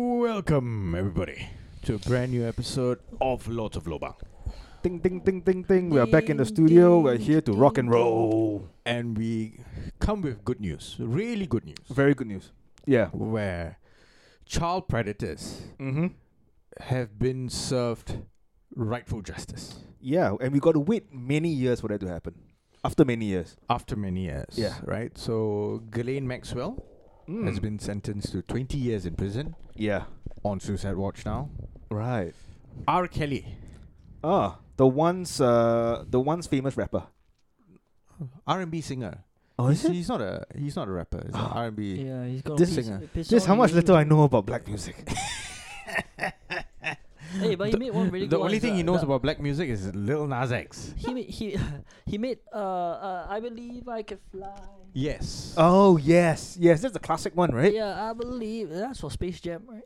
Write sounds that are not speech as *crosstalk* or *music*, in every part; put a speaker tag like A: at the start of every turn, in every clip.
A: Welcome, everybody, to a brand new episode of Lords of Lobang.
B: Ding ding ding ding ding. We are back in the studio. We're here to rock and roll.
A: And we come with good news, really good news,
B: Very good news. Yeah.
A: where child predators
B: Mm-hmm.
A: have been served rightful justice
B: Yeah, and we got to wait many years for that to happen. After many years,
A: after many years.
B: Yeah.
A: Right? So, Ghislaine Maxwell has
B: Mm.
A: been sentenced to 20 years in prison
B: Yeah.
A: on Suicide Watch now.
B: Right.
A: R. Kelly.
B: Ah, the once uh the once famous rapper.
A: R&B singer.
B: Oh,
A: he's, he's not a he's not a rapper.
B: *gasps*
A: He's an R&B.
C: Yeah, he's got
B: This
C: piss-
A: singer.
C: piss
B: Just
C: on
B: how much
C: you.
B: little I know about black music.
A: *laughs*
C: Hey, but he made one really
A: the
C: good
A: only
C: one,
A: thing
C: uh,
A: he knows
C: the-
A: about black music is Lil Nas X.
C: He made, he *laughs* he made uh, uh I believe I can fly.
A: Yes.
B: *laughs* oh yes, yes, that's a classic one, right?
C: Yeah, I believe that's for Space Jam, right?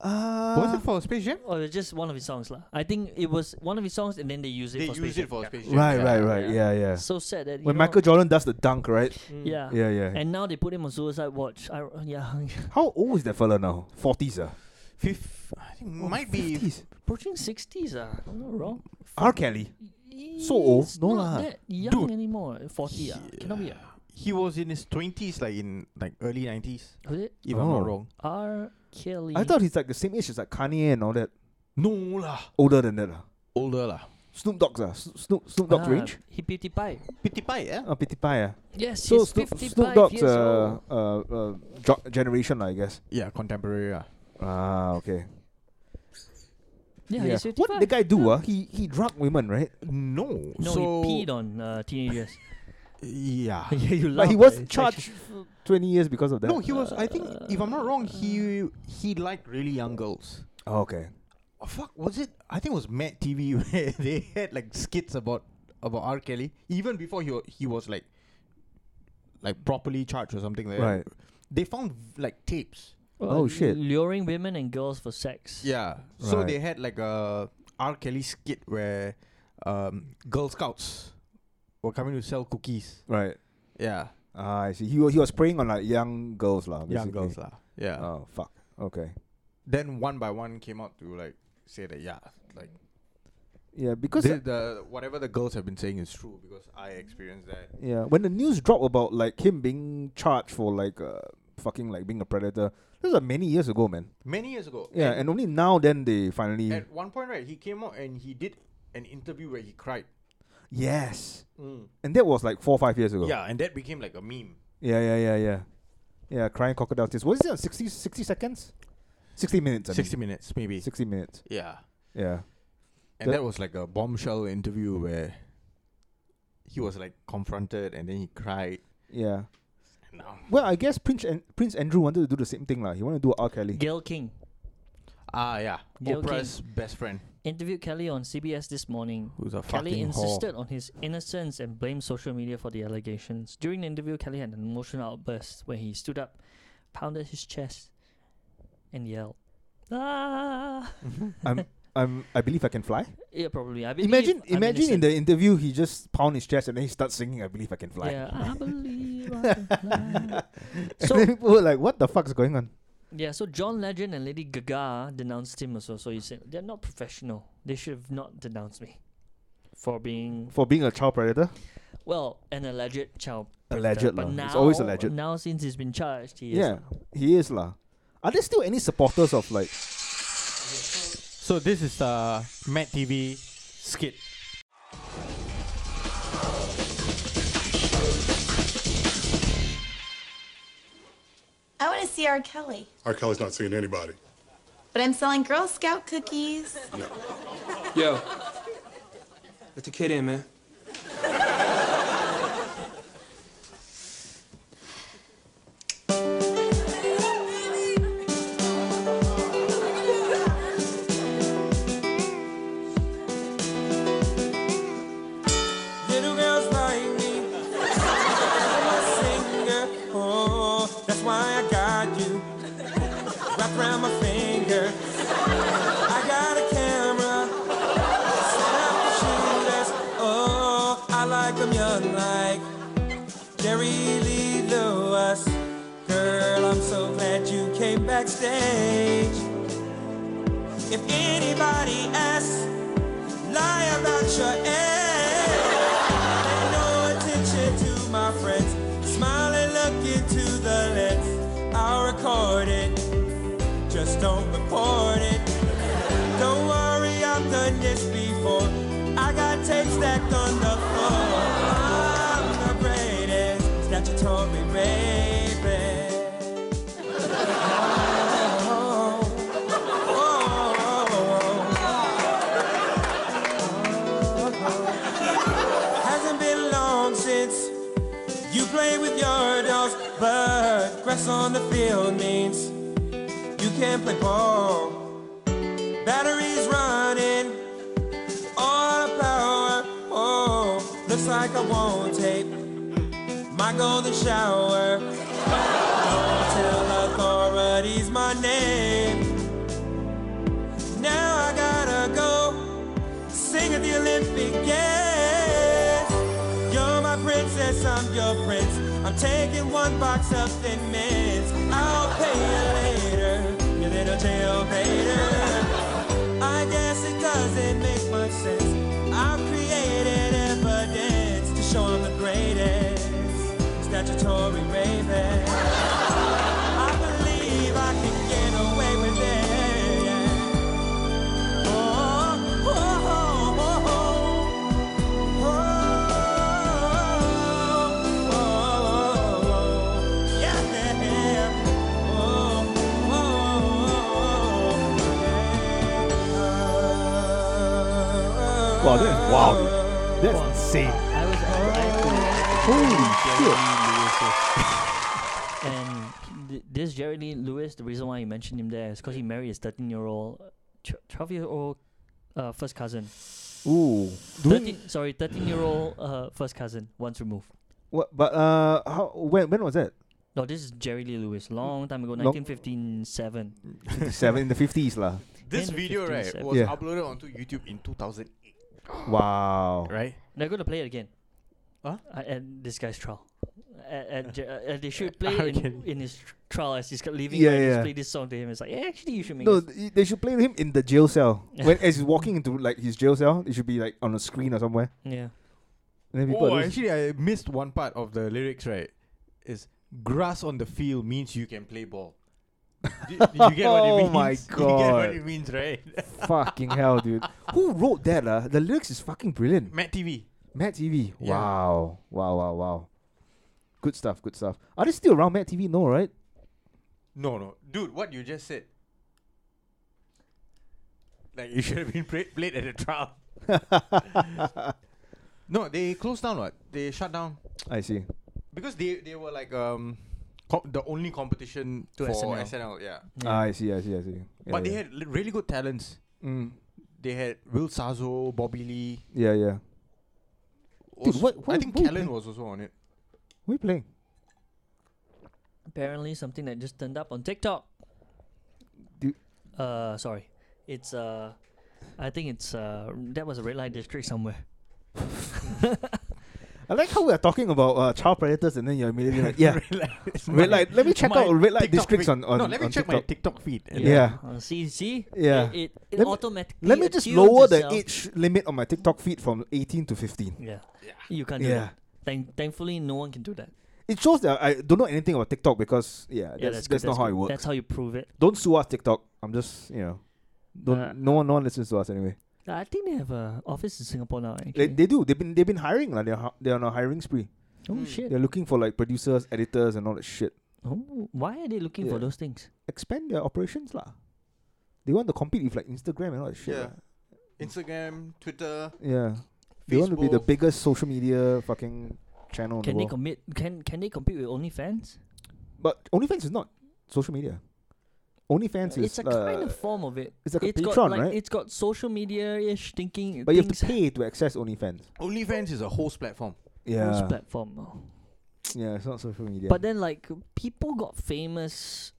B: Uh,
A: was it for Space Jam?
C: Or Oh, it's just one of his songs, lah. I think it was one of his songs, and then they use it. for Space Jam. Yeah.
A: Space
B: Right,
C: Yeah,
B: right, right.
C: yeah.
B: Yeah, yeah.
C: So sad that you
B: When
C: know- mm,
B: Michael Jordan does the dunk, right?
C: Yeah.
B: Yeah, yeah.
C: And now they put him on Suicide Watch. I, yeah, *laughs*
B: How old is that fella now? Forties, ah.
A: Fifth, I think
B: Oh,
A: might be.
B: 50s.
C: approaching sixties. Ah, I'm not wrong.
B: R. Kelly.
C: He's
B: old? No lah.
C: not that young
A: Dude.
C: anymore. Forty. Ah, cannot be. ah.
A: He was in his twenties, like in like early nineties,
C: Was it
A: if I'm not
B: Oh.
A: wrong.
C: R. Kelly?
B: I thought he's like the same age as like Kanye and all that.
A: No lah,
B: Older than that, ah.
A: older lah.
B: Snoop Dogg's ah. S- Snoop Snoop Dogg
C: Ah,
B: range.
C: He Beauty Pie.
A: Pity pie, eh?
B: Ah, Pity Pie, ah.
C: Yes,
B: So
C: he's
B: Snoop,
C: 55
B: Snoop Dogg's
C: years
B: uh,
C: old.
B: uh, uh, jo- generation, lah, I guess.
A: Yeah, contemporary. Ah.
B: Ah, okay.
C: Yeah, he's 55.
B: What did the guy do? Ah, he he drugged women, right?
A: No.
C: No,
A: so
C: he peed on uh, teenagers. *laughs*
A: yeah.
C: yeah, you
B: But he
C: laugh,
B: was
C: it's
B: charged f- twenty years because of that.
A: No, he was. I think if I'm not wrong, he he liked really young girls.
B: Oh, okay.
A: Oh, fuck, was it? I think it was Mad TV *laughs* where they had like skits about about R. Kelly even before he wa- he was like like properly charged or something like
B: Right.
A: that. They found like tapes.
C: actually,
B: Oh,
C: uh,
B: shit.
C: Luring women and girls for sex.
A: Yeah. So
B: Right.
A: they had like a R. Kelly skit where um, Girl Scouts were coming to sell cookies.
B: Right.
A: Yeah.
B: Ah, I see. He wa- he was preying on like young girls, lah.
A: Young
B: basically.
A: girls lah. Uh. Yeah.
B: Oh fuck. Okay.
A: Then one by one came out to like say that yeah, like
B: Yeah, because
A: the, the whatever the girls have been saying is true because I experienced that.
B: Yeah, when the news dropped about like him being charged for like uh, fucking like being a predator, this was like, many years ago, man.
A: Many years ago.
B: Yeah,
A: And-
B: and only now then they finally
A: At one point, right, he came out and he did an interview where he cried.
B: yes,
C: Mm.
B: and that was like four five years ago.
A: Yeah, and that became like a meme.
B: yeah, yeah, yeah, yeah, yeah. Crying crocodile tears. What is it? on 60, 60 seconds, sixty minutes. I mean.
A: Sixty minutes, maybe.
B: Sixty minutes.
A: Yeah,
B: Yeah.
A: and
B: That-
A: that was like a bombshell interview where he was like confronted and then he cried.
B: Yeah.
A: No.
B: Well, I guess Prince and Prince Andrew wanted to do the same thing, lah. He wanted to do R. Kelly.
C: Gail King
A: Ah, yeah.
C: Gayle
A: Oprah's best friend,
C: interviewed Kelly on CBS this morning.
A: who's a
C: Kelly
A: fucking whore.
C: insisted on his innocence and blamed social media for the allegations. During the interview, Kelly had an emotional outburst when he stood up, pounded his chest, and yelled, "Ah!"
B: I'm, I'm, I believe I can fly.
C: Yeah, probably. I believe
B: Imagine,
C: I'm
B: imagine in
C: innocent.
B: the interview he just pound his chest and then he starts singing. I believe I can fly.
C: Yeah,
B: *laughs*
C: I believe. I *laughs* can fly.
B: So
C: so
B: people were like, "What the fuck's going on?"
C: yeah, so John Legend and Lady Gaga denounced him also. So he said they're not professional. They should have not denounced me for being
B: For being a child predator,
C: well an alleged child.
B: Alleged
C: predator. but
B: lah.
C: now,
B: It's always alleged.
C: Now since he's been charged, he
B: Yeah.
C: is. now.
B: he is lah. Are there still any supporters of like?
A: So this is the Matt TV skit.
D: I want to see R. Kelly,
E: R. Kelly's not seeing anybody.
D: but I'm selling Girl Scout cookies.
F: Yo, let the kid in, man. Little girls like me. I'm a singer. Oh, that's why I got you. Wrapped around my finger. I got a camera. Oh, I like them young like Jerry Lee Lewis. Girl, I'm so glad you came backstage. If anybody asks, lie about your ex. Pay no attention to my friends. Smile and look into the lens. I'll record it. Just don't report it. Don't worry, I've done this before. I got tapes stacked on the floor. I'm the greatest statutory rapist. Hasn't been long since you play with your dolls, but grass on the field means you can't play ball. Batteries running, all the power. Oh, looks like I won't take my golden shower. Don't tell authorities my name. Now I gotta go sing at the Olympic Games. You're my princess, I'm your prince. I'm taking one box of thin mints. I'll pay you later, you little jailbaiter. I guess it doesn't make much sense. I've created evidence to show I'm the greatest statutory raven. I believe I can get away with it. Oh, Oh, oh,
B: Wow,
F: Oh,
B: that's wow, dude. that's
C: Wow.
B: insane.
C: I was I,
B: Holy
C: I think- and th- this Jerry Lee Lewis, the reason why you mentioned him there is because he married his 13 year old, 12 year old uh, first cousin.
B: shit! Ooh, do we-
C: 13, sorry, 13 year old uh, first cousin once removed.
B: what? But uh, how? When? When was that?
A: *laughs*
C: No, this is Jerry Lee Lewis, long time ago,
B: Long-
C: 1957.
B: Seven in the fifties, lah.
A: This
C: In
A: video, right,
C: 57.
A: was
B: Yeah.
A: uploaded onto YouTube in 2008,
B: Wow.
A: right?
C: They're gonna play it again.
A: Huh?
C: Uh, at this guy's trial. At,
B: *laughs*
C: at, Jer- uh, uh, they should play
A: How
C: it in,
A: can-
C: in his tr- trial as he's ca- leaving.
B: Yeah,
C: Yeah, yeah.
B: yeah.
C: Just play this song to him. It's like, yeah, actually, you should make.
B: No,
C: this.
B: th- they should play him in the jail cell. when as he's walking into like his jail cell, it should be like on a screen or somewhere.
C: Yeah.
B: And then people
A: Oh,
B: are just-
A: actually, I missed one part of the lyrics, right? Is grass on the field means you can play ball. Do- do you get what it
B: *laughs* Oh
A: means? *laughs*
B: my
A: You get
B: God.
A: what it means, right?
B: *laughs*
A: *laughs*
B: fucking hell, dude. Who wrote that? Uh? the lyrics is fucking brilliant.
A: Matt TV.
B: Matt TV.
A: Yeah.
B: Wow. Wow, wow, wow. Good stuff, good stuff. Are they still around Matt TV? No, right?
A: No, no, dude, what you just said. Like it should have been play- played at the trial. *laughs* no, they closed down. What they shut down
B: I see.
A: because they they were like um co- the only competition
C: To
A: for
C: SNL.
A: SNL. yeah.
B: Ah,
C: yeah.
B: I see, I see, I see. Yeah,
A: but they
B: yeah.
A: had li- really good talents.
B: Mm.
A: They had Will Sazo, Bobby Lee.
B: Yeah, yeah. Dude,
A: also-
B: what-
A: I
B: what-
A: think
B: what-
A: Kellen was also on it.
B: What are you playing?
C: Apparently, something that just turned up on TikTok.
B: Do-
C: Uh, sorry, it's uh, I think it's uh, that was a red light district somewhere.
B: I like how we are talking about uh, child predators and then you're immediately
A: *laughs*
B: like, yeah, red
A: My-
B: light. Let me check
A: my
B: out red light
A: TikTok
B: districts
A: feed.
B: on, on
A: No, let me
B: on
A: check
B: TikTok.
A: my TikTok feed. and
B: Yeah.
C: Uh, see, see.
B: Yeah.
C: It, it, it
B: Let me-
C: automatically.
B: Let me just
C: attunes
B: lower the
C: itself.
B: age limit on my TikTok feed from 18 to 15.
C: Yeah. You can't do
B: Yeah.
C: that. Thank, thankfully, no one can do that.
B: It shows that I don't know anything about TikTok because yeah, that's,
C: Yeah,
B: that's,
C: that's, good,
B: not how
C: good.
B: it works.
C: That's how you prove it.
B: don't sue us, TikTok. I'm just you know, don't
C: Uh,
B: no one no one listens to us anyway.
C: I think they have a office in Singapore now.
B: They,
C: Actually.
B: they do. They've been they've been hiring like they're hi- they're on a hiring spree.
C: oh
A: Mm.
C: shit!
B: They're looking for like producers, editors, and all that shit.
C: Oh, why are they looking
B: Yeah.
C: for those things?
B: Expand their operations lah. They want to compete with like Instagram and all that shit.
A: Yeah.
B: lah.
A: Instagram, Twitter.
B: Yeah. They want to be the
A: Facebook.
B: biggest social media fucking channel. in
C: Can
B: the
C: they
B: world.
C: commit? Can can they compete with OnlyFans?
B: but OnlyFans is not social media. OnlyFans is
C: it's a kind
B: uh,
C: of form of it.
B: it's like a
C: it's got
B: Patreon,
C: like
B: right?
C: it's got social media ish thinking.
B: but you have
C: things
B: to pay to access OnlyFans.
A: OnlyFans is a host platform.
C: on this
B: Yeah,
C: platform. now.
B: yeah, it's not social media.
C: But then like people got famous.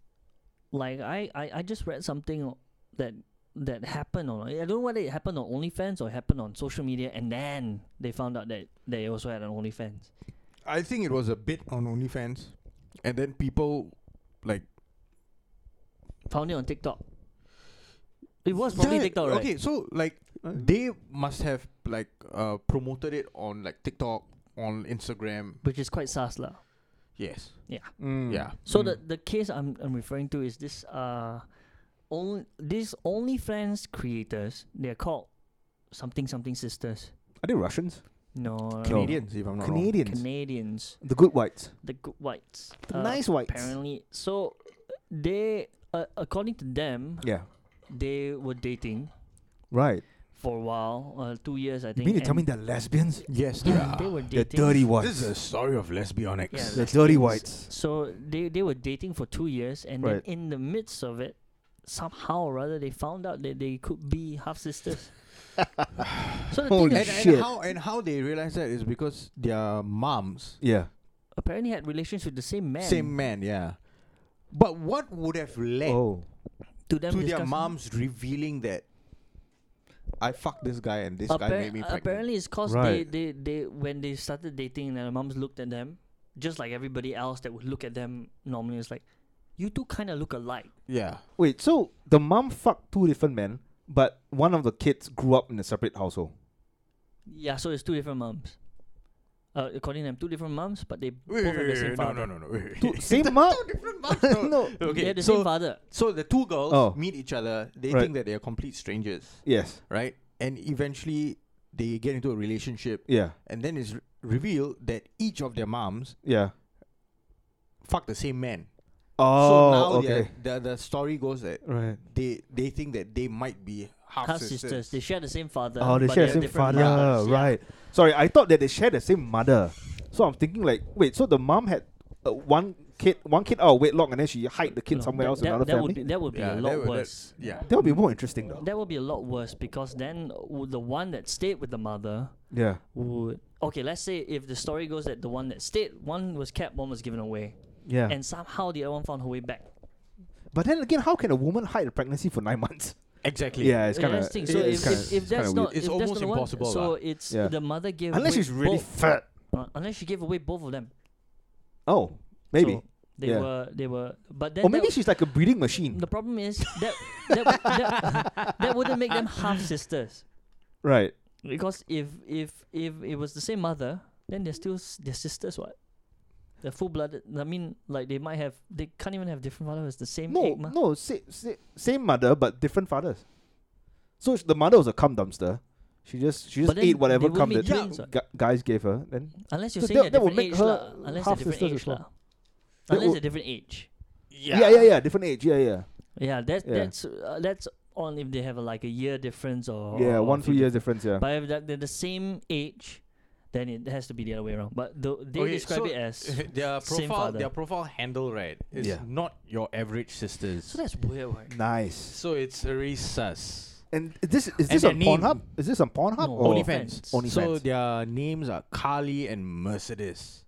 C: Like I, I I just read something o- that that happened on I don't know whether it happened on OnlyFans or happened on social media, and then they found out that they also had an OnlyFans.
A: I think it was a bit on OnlyFans, and then people like
C: Found it on TikTok. It was probably
A: Yeah,
C: TikTok, right?
A: Okay, so like they must have like uh, promoted it on like TikTok, on Instagram.
C: Which is quite sus lah.
A: Yes.
C: Yeah.
A: Yeah.
C: So the
B: Hmm.
C: the case I'm I'm referring to is this uh only these OnlyFans creators. They're called something something sisters.
B: Are they Russians?
C: No, no, no.
A: Canadians, if I'm not wrong.
B: Canadians.
C: Canadians,
B: the good whites.
C: the good whites,
B: The
C: Uh,
B: nice whites.
C: Apparently, so they uh, according to them,
B: Yeah.
C: they were dating
B: Right.
C: for a while, uh, two years I
B: You
C: think.
B: mean to tell me
C: and-
B: they're lesbians?
A: Yes, they
C: yeah,
A: are.
C: they were
B: They're
C: dating.
B: dirty
A: This
B: whites.
A: is a story of lesbionics.
C: Yeah,
B: They're dirty
C: lesbians.
B: whites.
C: So they they were dating for two years, and
B: Right.
C: then in the midst of it, somehow or other, they found out that they could be half
A: *laughs*
C: sisters. so the
B: Holy
C: thing
A: And,
C: is,
A: and
B: Shit.
A: how and how they realize that is because their moms,
B: Yeah.
C: apparently had relations with the same man.
A: same man, yeah. But what would have led
B: Oh.
C: to them
A: to their
C: discussing-
A: moms revealing that I fucked this guy and this guy
C: Appar-
A: made me pregnant?
C: apparently, it's cause
B: Right.
C: they, they they when they started dating, and their moms looked at them, just like everybody else that would look at them normally. It's like, you two kind of look alike.
A: yeah.
B: Wait, so the mom fucked two different men, but one of the kids grew up in a separate household.
C: Yeah, so it's two different moms. Uh, according to them, two different moms, but they
A: Wait,
C: both
A: wait,
C: have the
A: wait,
C: same
A: wait, no,
C: father.
A: no, no, *laughs* no. wait,
B: Two,
A: wait.
B: same mom?
A: *laughs* Different moms,
B: no.
C: They
A: Okay,
C: have the
A: so
C: same father.
A: So the two girls
B: Oh.
A: meet each other. They
B: Right.
A: think that they are complete strangers,
B: Yes.
A: right? And eventually they get into a relationship,
B: Yeah.
A: and then it's re- revealed that each of their moms
B: Yeah.
A: fucked the same man. so now
B: Oh,
A: they're-
B: okay.
A: the the story goes that
B: Right.
A: they they think that they might be half,
C: half
A: sisters.
C: sisters. They share the same father.
B: oh, they
C: but
B: share
C: they
B: the
C: have
B: same
C: different
B: father,
C: mothers.
B: right? Sorry, I thought that they share the same mother. So I'm thinking like, wait, so the mom had uh, one kid, one kid out of wedlock, and then she hide the kid
C: No,
B: somewhere
C: that,
B: else in
C: that,
B: another
C: that
B: family.
C: Would be, that would be
A: Yeah,
C: a
A: that
C: lot
A: would- that-
C: worse.
A: yeah.
B: that would be more interesting though.
C: That would be a lot worse because then w- the one that stayed with the mother
B: Yeah.
C: would. Okay, let's say if the story goes that the one that stayed, one was kept, one was given away,
B: Yeah.
C: and somehow the other one found her way back.
B: but then again, how can a woman hide a pregnancy for nine months?
A: Exactly.
B: Yeah, it's
C: Yeah,
B: kind of.
C: that's the thing. So if, if, if that's not,
A: It's
C: if that's
A: almost
C: not the one,
A: impossible
C: so
A: lah.
C: it's
B: Yeah.
C: the mother gave
B: unless
C: away
B: she's really
C: both-
B: fat.
C: uh, unless she gave away both of them.
B: Oh, maybe.
C: So they
B: Yeah.
C: were they were, but then
B: or
C: that
B: maybe
C: w-
B: she's like a breeding machine.
C: The problem is that that, w- that, that wouldn't make them half sisters
B: Right.
C: because if if if it was the same mother, then they're still s- they're sisters. What? They're full blooded. I mean, like they might have they can't even have different father. It's the same
B: No,
C: egg, mah.
B: no, sa- sa- same mother but different fathers. So sh- the mother was a cum dumpster. She just she
C: But
B: just
C: then
B: ate
C: they
B: whatever
C: would
B: cum
C: be
B: that
C: twins,
B: gu-
C: what?
B: guys gave her. Then
C: Unless you're
B: So
C: saying
B: that- that
C: they're
B: would
C: different
B: make
C: age,
B: her
C: lah. Unless they're
B: half
C: different
B: sisters
C: age,
B: as well.
C: lah.
B: That
C: Unless
B: would-
C: they're different age.
B: yeah. yeah, yeah, different age. Yeah, yeah,
C: Yeah, that's
B: Yeah.
C: that's uh, that's on if they have a, like a year difference
A: Oh,
C: or
B: yeah.
C: or
B: One
C: a
B: two
C: few
B: years difference. Yeah.
C: But if they're- they're the same age, then it has to be the other way around. But tho- they
A: Okay,
C: describe
A: so
C: it as
A: *laughs* their profile,
C: same father.
A: their profile handle, right? Is
B: Yeah.
A: not your average sisters.
C: so that's weird. Right?
B: nice.
A: So it's already sus.
B: And this
A: And
B: is this
A: their
B: on
A: name-
B: Pornhub? Is this on Pornhub?
C: No,
B: or
C: OnlyFans.
B: Oh. OnlyFans.
A: So their names are Carly and Mercedes.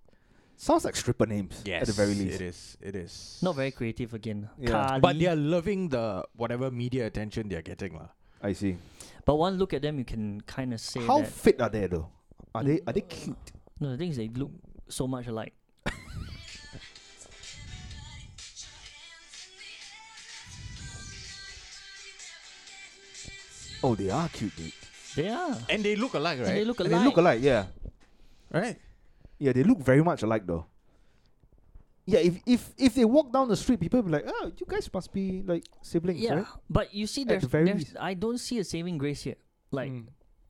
B: Sounds like stripper names.
A: Yes,
B: At the very least.
A: it is. It is
C: Not very creative again.
B: Yeah.
C: Carly.
A: But they are loving the whatever media attention they are getting, lah.
B: I see.
C: But one look at them, you can kind of say
B: How
C: that.
B: fit are they though? Are they are they cute?
C: no, the thing is, they look so much alike.
B: Oh, they are cute, dude.
C: They are.
A: And they look alike, right?
C: And they look
B: And
C: alike.
B: they look alike. Yeah.
A: right.
B: Yeah, they look very much alike though. Yeah, if if if they walk down the street, people will be like, "Oh, you guys must be like siblings,
C: Yeah,
B: right?"
C: but you see,
B: the
C: there's,
B: very
C: there's
B: least.
C: I don't see a saving grace here. Like,
B: Mm.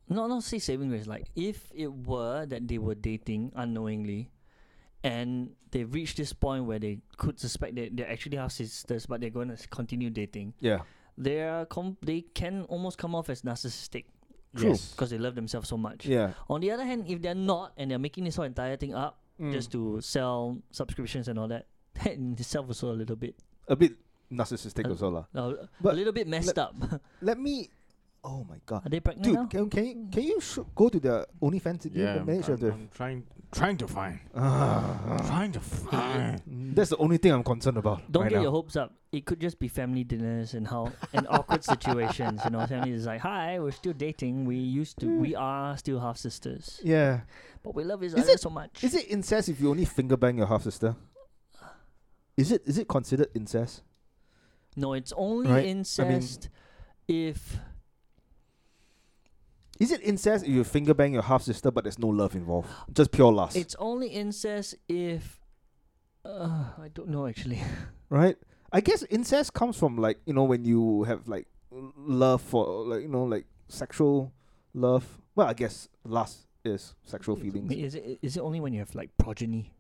C: no, not say saving grace. Like, if it were that they were dating unknowingly, and they reached this point where they could suspect that they're actually half sisters, but they're going to continue dating,
B: Yeah.
C: they are com- they can almost come off as narcissistic.
B: True.
A: Yes.
C: because they love themselves so much.
B: Yeah.
C: On the other hand, if they're not and they're making this whole entire thing up
B: Mm.
C: just to sell subscriptions and all that, *laughs* that in itself also a little bit,
B: A bit narcissistic
C: Uh,
B: also lah.
C: uh, a
B: But
C: little bit messed up. *laughs*
B: Let me. Oh my
C: Are
B: god,
C: they pregnant now?
B: dude, can can you can you sh- go to the OnlyFans? Did
A: Yeah.
B: you manage
A: I'm,
B: to?
A: I'm trying, trying to find,
B: *laughs* Ah,
A: trying to
B: *laughs*
A: find.
B: mm, that's the only thing I'm concerned about.
C: Don't
B: right
C: get
B: now.
C: your hopes up. It could just be family dinners and how
B: *laughs*
C: and awkward situations. You know, family is like, "Hi, we're still dating. We used to, we are still half sisters,
B: Mm. Yeah.
C: but we love each
B: Is
C: other
B: it-
C: so much."
B: Is it incest if you only finger bang your half sister? Is it is it considered incest?
C: no, it's only
B: Right, I mean-
C: incest if
B: Is it incest if you finger bang your half sister but there's no love involved? Just pure lust.
C: it's only incest if uh, I don't know actually.
B: right? I guess incest comes from like, you know, when you have like l- love for like you know, like sexual love. Well, I guess lust is sexual feelings.
C: Is it is it only when you have like progeny?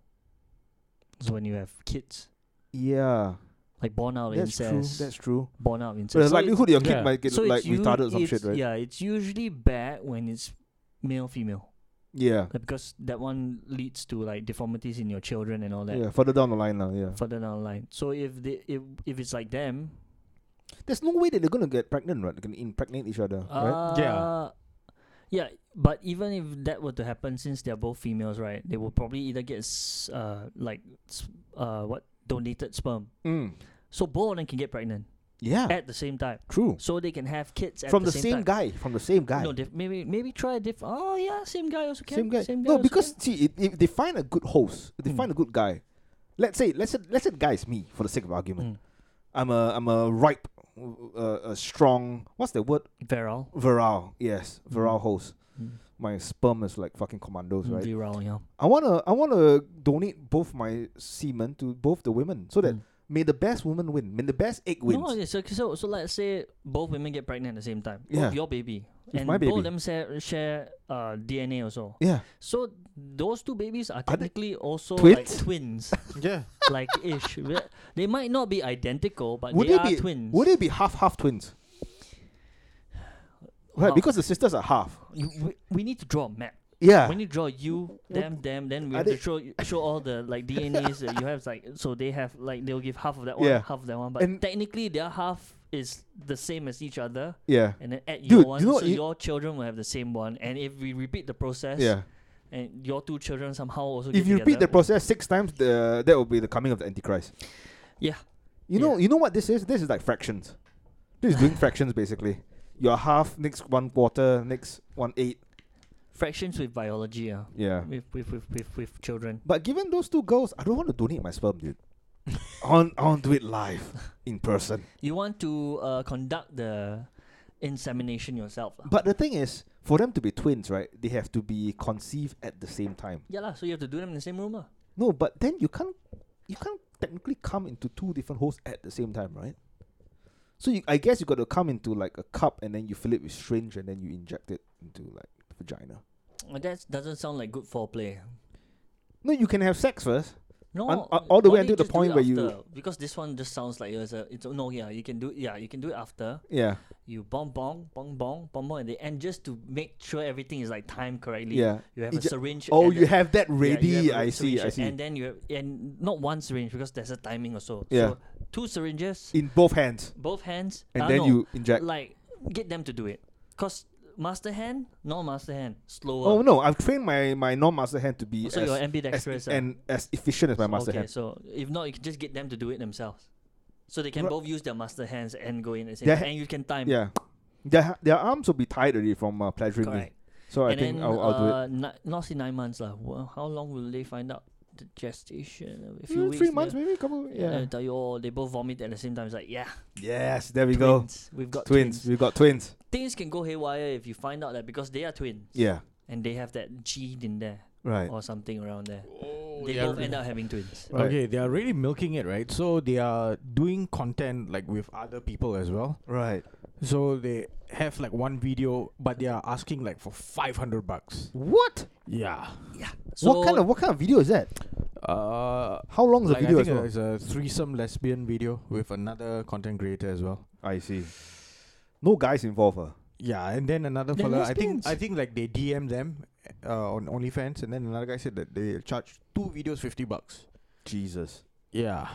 C: So when you have kids,
B: Yeah.
C: like born out
B: That's true.
C: incest,
B: That's true.
C: born out incest.
B: So the
C: So it's-
B: likelihood your kid
A: yeah.
B: might get
C: so
B: like
C: it's u-
B: retarded or some
C: it's-
B: shit, right?
C: Yeah, it's usually bad when it's male female
B: Yeah.
C: like, because that one leads to like deformities in your children and all
B: Yeah.
C: that
B: Further down the line now, yeah.
C: further down the line. So if they if, if it's like them,
B: There's no way that they're gonna get pregnant, right? They're gonna impregnate each other, right?
C: uh,
A: Yeah.
C: yeah. But even if that were to happen, since they're both females, right, they will probably either get s- uh like s- uh what donated sperm.
B: Mm.
C: So both of them can get pregnant
B: Yeah.
C: at the same time.
B: true.
C: so they can have kids at
B: From
C: the
B: the same,
C: time.
B: guy. From the same guy.
C: No, diff- maybe maybe try a different. Oh yeah, same guy also can.
B: same guy. no,
C: also
B: because
C: can.
B: see, if, if they find a good host, if they
C: Mm.
B: find a good guy, let's say let's say, let's say the guy is me for the sake of argument.
C: Mm.
B: I'm a I'm a ripe, uh, a strong. What's the word?
C: Viral.
B: Virile. Yes, virile
C: Mm.
B: host.
C: Mm.
B: My sperm is like fucking
C: Hmm,
B: commandos, right?
C: Viral, yeah.
B: I wanna I wanna donate both my semen to both the women so that
C: Mm.
B: may the best woman win, may the best egg wins.
C: No, it's like- so so let's say both women get pregnant at the same time.
B: Yeah.
C: Both your baby.
B: It's
C: and
B: my
C: both
B: baby.
C: of them share, share uh, DNA also.
B: yeah,
C: So those two babies are
B: they
C: technically also
B: twins?
C: like
B: *laughs*
C: twins,
A: Yeah.
C: like ish. Re- They might not be identical, but
B: would
C: they
B: it
C: are
B: be
C: twins.
B: would it be half half twins? Right,
C: How-
B: because the sisters are half.
C: You- we, we need to draw a map.
B: Yeah,
C: When you draw you, them, them, then we
B: Are
C: have to
B: they-
C: show show all the like DNAs that you have. Like so, they have like they'll give half of that one,
B: Yeah.
C: half of that one. But
B: And-
C: technically, their half is the same as each other,
B: yeah,
C: and then add
B: Dude,
C: your
B: you
C: one,
B: know what
C: so
B: you-
C: your children will have the same one. And if we repeat the process,
B: yeah.
C: and your two children somehow also
B: if
C: get
B: you repeat the
C: together,
B: process six times, the that will be the coming of the antichrist.
C: Yeah.
B: You know, you know what this is? This is like fractions. This
C: *laughs*
B: is doing fractions basically. You're half, next one quarter, next one eight.
C: fractions with biology, yeah,
B: Yeah.
C: with with with with, with children.
B: But given those two girls, I don't want to donate my sperm,
C: *laughs*
B: dude. I want, I want to do it live, in person.
C: You want to uh, conduct the insemination yourself, lah.
B: But the thing is, for them to be twins, right? They have to be conceived at the same time.
C: yeah lah. So you have to do them in the same room, lah.
B: No, but then you can't, you can't technically come into two different holes at the same time, right? So you, I guess you got to come into like a cup and then you fill it with syringe and then you inject it into like the vagina.
C: That doesn't sound like good foreplay.
B: No, you can have sex first.
C: No,
B: Un- uh, all the
C: why
B: way until
C: don't you
B: the
C: just do
B: point
C: it
B: where you-
C: after? because this one just sounds like it's a it's a- no yeah you can do yeah you can do it after
B: Yeah,
C: you bong bong bong bong bong bong at the end just to make sure everything is like timed correctly.
B: yeah.
C: you have a
B: It ju-
C: syringe.
B: Oh,
C: and
B: you
C: then-
B: have that
C: yeah, you
B: ready.
C: have a
B: I see.
C: syringe
B: I see.
C: And then you have and not one syringe because there's a timing also.
B: Yeah.
C: So two syringes,
B: in both hands,
C: both hands,
B: and
C: uh,
B: then
C: no,
B: you inject.
C: like get them to do it. Cause master hand, no master hand,
B: Oh
C: slower.
B: no, I've trained my my non-master hand to be
C: so
B: as,
C: you're
B: as
C: ambidextrous.
B: e-
C: ah.
B: and as efficient as my master
C: okay,
B: hand.
C: so if not, you can just get them to do it themselves. So they can
B: Right.
C: both use their master hands and go in and say,
B: Their ha-
C: and you can time.
B: Yeah, their ha- their arms will be tied already from uh, pleasuring me.
C: correct.
B: So I
C: and
B: think
C: then
B: I'll, I'll do it.
C: uh, ni- not in nine months lah. Well, how long will they find out the gestation? A few
B: Mm,
C: weeks.
B: three months,
C: later,
B: maybe a couple.
C: and
B: Yeah.
C: they'll tell you, oh, they both vomit at the same time. It's like, yeah,
B: Yes, there we go.
C: twins. We've got
B: Twins.
C: twins.
B: We've got twins.
C: Things can go haywire if you find out that because they are twins
B: Yeah.
C: and they have that gene in there
B: Right.
C: or something around there.
A: Oh,
C: they both end up having twins.
B: Right.
A: Okay, they are really milking it, right? So they are doing content like with other people as well.
B: Right.
A: So they have like one video, but they are asking like for five hundred bucks.
B: What?
A: Yeah.
C: So
B: what kind of what kind of video is that?
A: Uh,
B: How long is
A: like I
B: the video
A: think
B: as well?
A: it's a threesome lesbian video with another content creator as well.
B: I see. No guys involved. Uh.
A: Yeah, and then another
C: They're
A: fella. I think I
C: lesbians.
A: think like they DM them uh, on OnlyFans, and then another guy said that they charge two videos fifty bucks.
B: Jesus.
A: Yeah.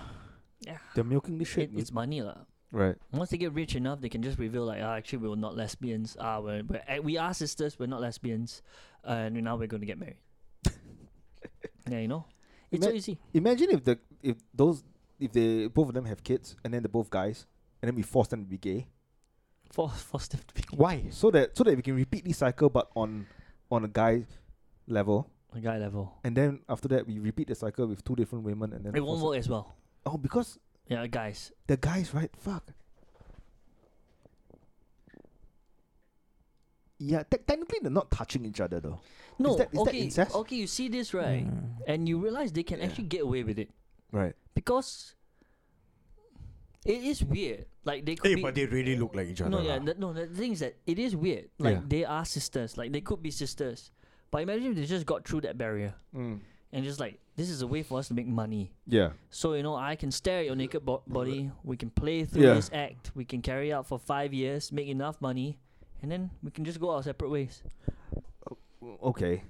B: They're milking this
C: it,
B: shit.
C: it's money lah.
B: right.
C: Once they get rich enough, they can just reveal like, ah, actually, we are not lesbians. Ah, we're, we're, eh, we are sisters. We're not lesbians, and now we're going to get married. yeah, you know, it's so
B: Ima-
C: easy.
B: Imagine if the if those if they both of them have kids and then they're both guys and then we force them to be gay
C: For force them to be
A: Why?
B: so that so that we can repeat this cycle but on on a guy level
C: a guy level.
B: and then after that we repeat the cycle with two different women and then
C: It won't
B: force
C: work as well.
B: it- Oh, because
C: Yeah, guys.
B: the guys right? Fuck. Yeah, te- technically they're not touching each other though.
C: No,
B: that- is that
C: okay,
B: incest?
C: okay. You see this right, and you realize they can actually get away with it
B: Right.
C: because it is weird. Like they could
A: Hey,
C: be,
A: but they really look like each other.
C: no, yeah,
A: lah.
C: the, no. The thing is that it is weird. Like
B: Yeah.
C: they are sisters. Like they could be sisters. But imagine if they just got through that barrier and just like this is a way for us to make money.
B: Yeah.
C: So you know, I can stare at your naked bo- body. We can play through
B: Yeah.
C: this act. We can carry out for five years, make enough money, and then we can just go our separate ways.
B: Okay.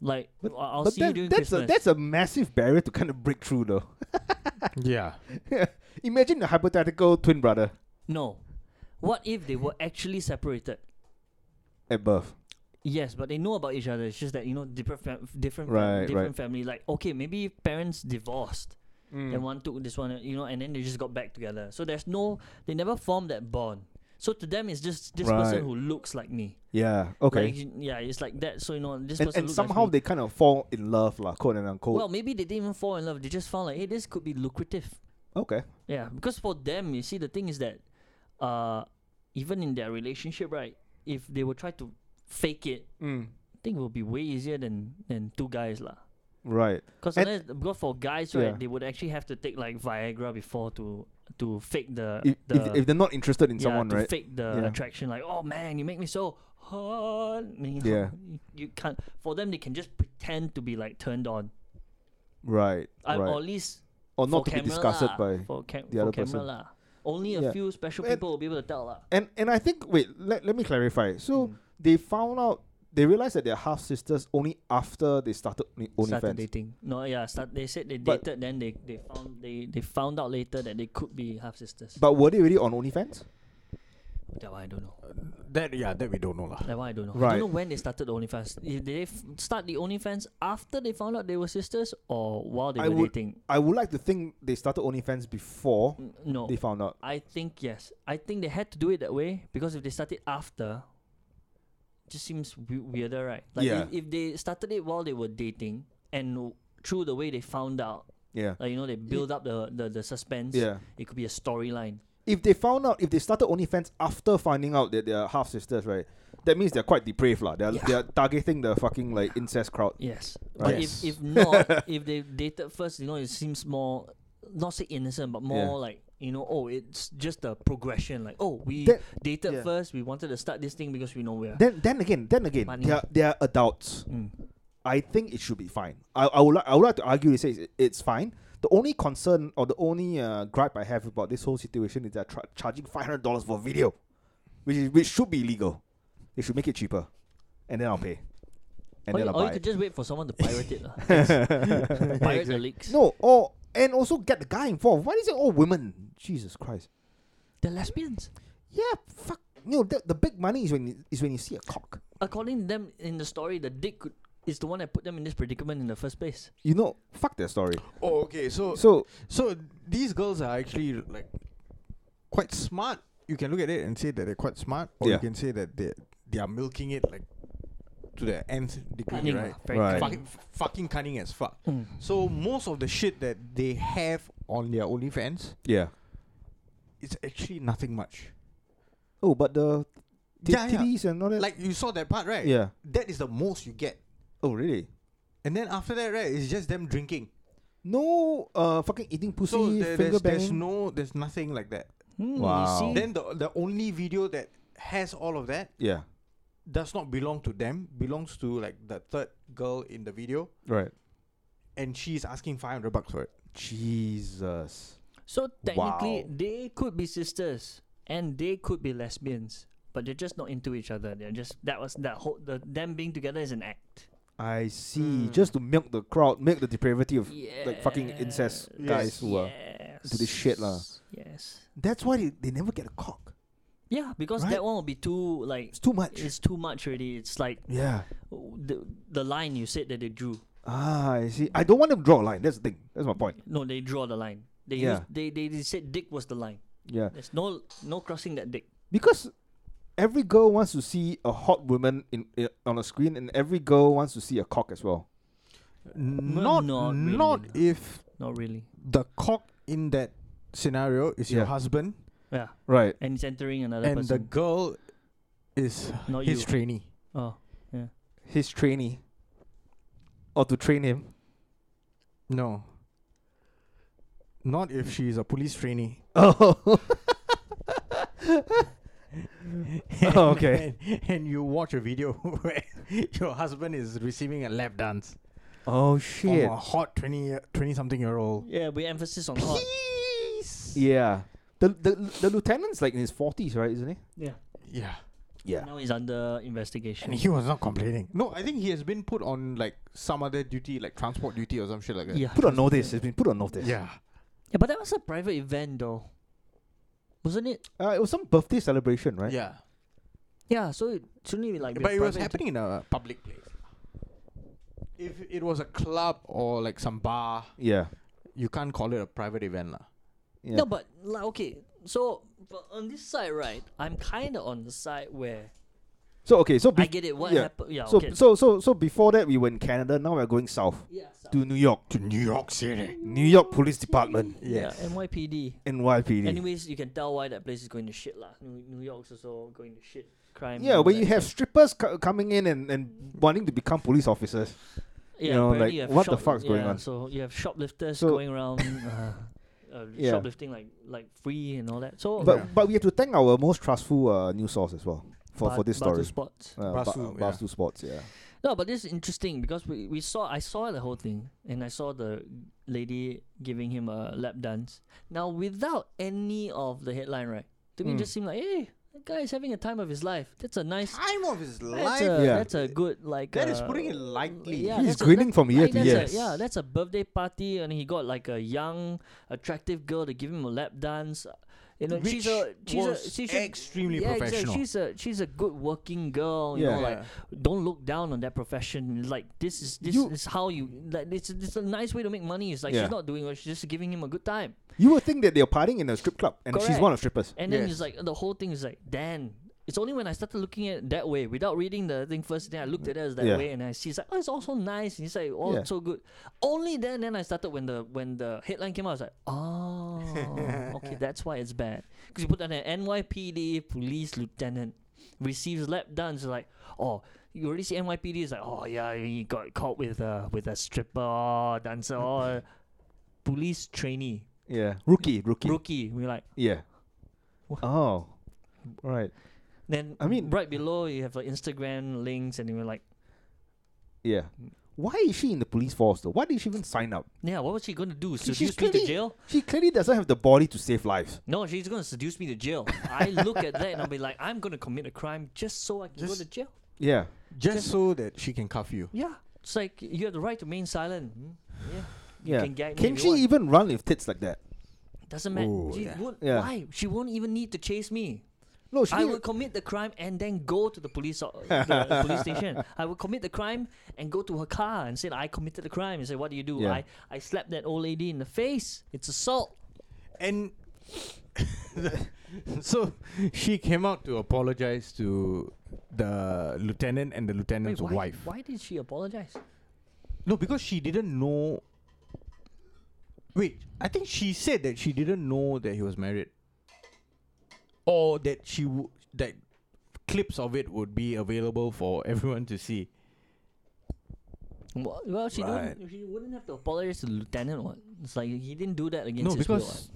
C: Like I- I'll see you
B: that-
C: during
B: that's
C: Christmas.
B: a that's a massive barrier to kind of break through though.
A: yeah.
B: Imagine a hypothetical twin brother
C: no, what if they were actually separated?
B: at birth.
C: Yes, but they know about each other. It's just that you know different, fam- different, fam-
B: Right, right.
C: different family. Like okay, maybe parents divorced, and
B: Hmm.
C: one took this one, you know, and then they just got back together. So there's no, they never formed that bond. So to them, it's just this
B: Right.
C: person who looks like me.
B: Yeah. Okay.
C: Like, yeah, it's like that. So you know, this
B: and
C: person.
B: and
C: looks like
B: somehow
C: me.
B: they kind of fall in love, lah, quote and unquote.
C: Well, maybe they didn't even fall in love. They just found like, hey, this could be lucrative.
B: okay.
C: Yeah, because for them, you see, the thing is that, uh, even in their relationship, right? If they will try to fake it, I think it will be way easier than than two guys lah.
B: Right.
C: Because
B: And-
C: unless because for guys, right,
B: Yeah.
C: they would actually have to take like Viagra before to to fake the
B: If,
C: the
B: if, if they're not interested in
C: yeah,
B: someone,
C: to
B: right?
C: fake the
B: Yeah.
C: attraction. Like, oh man, you make me so hot. *laughs* You know,
B: Yeah.
C: you can't. For them, they can just pretend to be like turned on,
B: Right.
C: I-
B: right.
C: or at least
B: or not to
C: for
B: be
C: camera
B: disgusted
C: lah,
B: by.
C: for, cam-
B: the
C: for
B: other
C: camera
B: person.
C: lah. Only a
B: Yeah.
C: few special
B: And-
C: people will be able to tell lah.
B: And and I think wait, let, let me clarify. So
C: Mm.
B: they found out they realized that they're half sisters only after they started Oni-
C: started
B: OnlyFans.
C: dating. No, yeah. Start, they said they
B: But-
C: dated, then they, they found they, they found out later that they could be half sisters.
B: But were they really on OnlyFans?
C: That one I don't know.
A: That yeah, that we don't know lah.
C: That one I don't know. I
B: Right.
C: don't know when they started the OnlyFans. Did they f- start the OnlyFans after they found out they were sisters or while they
B: I
C: were
B: would-
C: dating? Mm.
B: I would like to think they started OnlyFans before
C: N- No.
B: they found out.
C: I think yes. I think they had to do it that way because if they started after, it just seems we- weirder, right? Like
B: Yeah.
C: if, if they started it while they were dating and w- through the way they found out,
B: Yeah.
C: like you know, they build up the the, the suspense.
B: Yeah.
C: it could be a storyline.
B: If they found out, if they started OnlyFans after finding out that they're half sisters, right? That means they're quite depraved, lah. They're
C: Yeah.
B: they're targeting the fucking like incest crowd.
C: Yes,
B: Right.
C: but if
B: *laughs*
C: if not, if they dated first, you know, it seems more not say innocent, but more
B: Yeah.
C: like you know, oh, it's just the progression. Like oh, we
B: That-
C: dated
B: yeah.
C: first, we wanted to start this thing because we know we're.
B: Then then again, then again,
C: Money.
B: they're they're adults.
C: Mm.
B: I think it should be fine. I, I would like I would like to argue to say it's, it's fine. The only concern or the only uh, gripe I have about this whole situation is that tra- charging five hundred dollars for video, which is, which should be illegal. They should make it cheaper, and then I'll pay, and
C: or
B: then
C: you,
B: I'll
C: or you
B: buy.
C: could
B: It.
C: just wait for someone to pirate
B: *laughs*
C: it. lah. Just pirate the leaks.
B: No, or and also get the guy involved. Why is it all women? Jesus Christ!
C: They're lesbians.
B: Yeah, fuck. You know the, the big money is when you, is when you see a cock.
C: According to them in the story, the dick could, is the one that put them in this predicament in the first place.
B: You know, fuck that story.
A: Oh, okay. So
B: So
A: So these girls are actually like quite smart. You can look at it and say that they're quite smart, or
B: Yeah.
A: you can say that they they are milking it like to the nth degree,
C: Cunning,
A: right?
C: lah, very Hmm.
B: Right.
C: cunning.
A: Fucking, fucking cunning as fuck. So most of the shit that they have on their OnlyFans,
B: yeah.
A: it's actually nothing much.
B: Oh, but the t-
A: Yeah, yeah.
B: titties and all that.
A: Like you saw that part, right?
B: Yeah.
A: That is the most you get,
B: oh, really?
A: and then after that, right? It's just them drinking.
B: No, uh, fucking eating pussy,
A: So there,
B: finger
A: there's, there's
B: banging.
A: no, there's nothing like that.
C: Hmm, you
B: Wow.
C: see?
A: Then the the only video that has all of that
B: yeah,
A: does not belong to them belongs to like the third girl in the video
B: right.
A: and she's asking 500 bucks for it
B: Jesus.
C: So technically,
B: Wow.
C: they could be sisters and they could be lesbians, but they're just not into each other. They're just that was that whole the them being together is an act.
B: I see. Just to milk the crowd, milk the depravity of like fucking incest
A: Yes.
B: guys who are.
C: yes.
B: Uh, to this shit lah.
C: Yes.
B: That's why they, they never get a cock.
C: Yeah, because
B: Right?
C: that one will be too like
B: It's too much.
C: it's too much already. It's like
B: yeah.
C: w- the the line you said that they drew.
B: Ah, I see. I don't want them to draw a line. That's the thing. That's my point.
C: No, they draw the line. They
B: Yeah.
C: used, they, they they said dick was the line.
B: Yeah.
C: There's no no crossing that dick.
B: Because every girl wants to see a hot woman in, in on a screen, and every girl wants to see a cock as well.
A: not
C: not
A: not,
C: really.
A: if
C: Not really.
A: the cock in that scenario is
B: Yeah.
A: your husband
C: Yeah.
B: Right.
C: And it's entering another
A: and the
C: person.
A: girl is
C: Not
A: his
C: you.
A: trainee
C: Oh, yeah.
B: his trainee or to train him.
A: No. Not if she is a police trainee. *laughs*
B: Oh. Oh, okay.
A: And, and you watch a video *laughs* where your husband is receiving a lap dance
B: oh
A: from
B: shit.
A: a hot 20 year- 20 something year old.
C: Yeah, we emphasis on hot.
A: Peace.
B: Yeah. The, the the lieutenant's like in his forties, right? Isn't he?
C: Yeah.
A: Yeah.
B: Yeah.
C: Now he's under investigation.
A: And he was not complaining. No, I think he has been put on like some other duty, like transport duty or some shit like that.
C: yeah.
B: Put on notice. It's been put on notice.
A: Yeah.
C: Yeah, but that was a private event though. Wasn't it?
B: Uh, it was some birthday celebration, right?
A: Yeah.
C: Yeah, so it shouldn't it be like be a
A: but it was
C: private
A: happening in a public place. If it was a club or like some bar,
B: Yeah.
A: you can't call it a private event. lah.
B: yeah.
C: No, but like, okay, so but on this side, right? I'm kind of on the side where
B: so okay. So
C: I
B: bef-
C: get it. What
B: yeah.
C: happened? Yeah,
B: So
C: okay.
B: so so so before that we were in Canada. Now we're going south
C: yeah, so-
B: to New York.
A: To New York City.
B: New York Police Department.
C: yeah, NYPD.
B: NYPD.
C: Anyways, you can tell why that place is going to shit, lah. New, New York's also going to shit. Crime. and
B: yeah,
C: all
B: when you
C: that.
B: have strippers co- coming in and, and wanting to become police officers.
C: yeah,
B: you know,
C: apparently
B: like,
C: have
B: what the
C: shop-
B: fuck's going
C: yeah,
B: on?
C: So you have shoplifters
B: So-
C: going
B: *laughs*
C: around, uh, uh,
B: Yeah.
C: shoplifting like like free and all that. So
B: But
A: Yeah.
B: but we have to thank our most trustful uh, news source as well for,
C: Bar-
B: for this
C: Bartu
B: story.
C: spots.
B: Uh, Ba-
A: Barstool, yeah.
B: Barstool Sports, yeah.
C: No, but this is interesting because we, we saw I saw the whole thing and I saw the lady giving him a lap dance. Now without any of the headline, right? To me, it
B: Mm.
C: just seemed like, hey, that guy is having a time of his life. That's a nice.
A: Time of his
C: That's
A: life.
C: a,
B: Yeah.
C: that's a good like.
A: That is
C: uh,
A: putting it lightly.
C: Yeah,
B: He's
C: that's a-
B: grinning from
C: I
B: year
C: think
B: to year.
C: that's a, yeah, that's a birthday party, and he got like a young, attractive girl to give him a lap dance. You know, she's a
A: Which
C: she's a
A: was
C: she should-
A: extremely
C: yeah, exactly.
A: professional.
C: She's a she's a good working girl. You
B: Yeah.
C: know, like don't look down on that profession. Like this is this
B: You-
C: is how you like it's it's a nice way to make money. It's like
B: Yeah.
C: she's not doing it, she's just giving him a good time.
B: You would think that they're partying in a strip club and she's
C: Correct.
B: one of strippers.
C: And then
A: Yes.
C: it's like the whole thing is like, Dan. It's only when I started looking at it that way, without reading the thing first, then I looked at it as that
B: Yeah.
C: way, and I see it's like, oh, it's also nice. And it's like, oh,
B: Yeah.
C: it's so good. Only then, then I started when the when the headline came out. I was like, oh,
B: *laughs*
C: okay, that's why it's bad. Because you put down an NYPD police lieutenant receives lap dance. it's Like, oh, you already see NYPD is like, oh yeah, he got caught with a with a stripper or
B: *laughs*
C: dancer or police trainee
B: Yeah. Rookie, rookie.
C: rookie. We're like.
B: yeah. Oh. Right.
C: Then
B: I mean-
C: right below you have like Instagram links, and you were like,
B: Yeah. Why is she in the police force though? Why did she even sign up?
C: "Yeah, what was she going to do?
B: She-
C: Seduce me to jail?
B: she clearly doesn't have the body to save lives.
C: No, she's going to seduce me
B: *laughs*
C: to jail." I look at that and I'll be like, "I'm going to commit a crime just so I can go
A: Just-
C: to jail."
B: Yeah.
A: Just so that she can cuff you.
C: Yeah, it's like you have the right to remain silent. Hmm? Yeah,
B: Yeah.
C: you can gag me if you
B: she
C: want.
B: even run with tits like that?
C: Doesn't matter.
A: Ooh,
C: she
A: yeah.
C: won't-
B: Yeah.
C: Why? She won't even need to chase me.
B: No, she
C: I
B: didn't-
C: will commit the crime and then go to the police o- the
B: *laughs*
C: police station. I will commit the crime and go to her car and say I committed the crime. And say, "What do you do?
B: Yeah.
C: I I slapped that old lady in the face. It's assault."
A: And *laughs* so she came out to apologize to the lieutenant and the lieutenant's
C: why,
A: wife.
C: Why did she apologize?
A: No, because she didn't know. Wait, I think she said that she didn't know that he was married, or that she w- that clips of it would be available for everyone to see.
C: Well, well she
A: Right.
C: don't. She wouldn't have to apologize to the lieutenant. What? It's like he didn't do that against
A: no,
C: his will,
A: because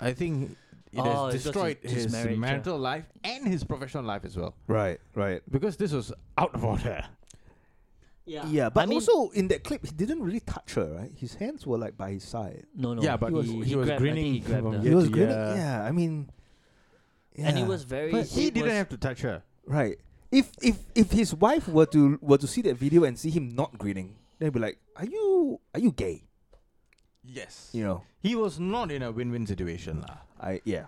A: I think it
C: Oh,
A: has
C: it's just
A: destroyed
C: his- his
A: his,
C: marriage, yeah.
A: marital life and his professional life as well.
B: Right, right.
A: Because this was out of order.
C: what? yeah.
B: Yeah, but
C: I mean,
B: also in that clip, he didn't really touch her, right? His hands were like by his side.
C: no, no.
A: Yeah, but
C: he was,
A: he- he was
C: grabbed- I think
A: grinning
C: He grabbed
A: from
C: her.
B: He
A: Yeah,
B: was
A: yeah.
B: grinning. Yeah, I mean,
C: And he
B: yeah.
C: was very.
A: But he
C: it
A: didn't
C: was-
A: have to touch her.
B: right. If if if his wife were to were to see that video and see him not grinning, they'd be like, "Are you are you gay?"
A: Yes.
B: You know.
A: He was not in a win-win situation, lah.
B: I yeah.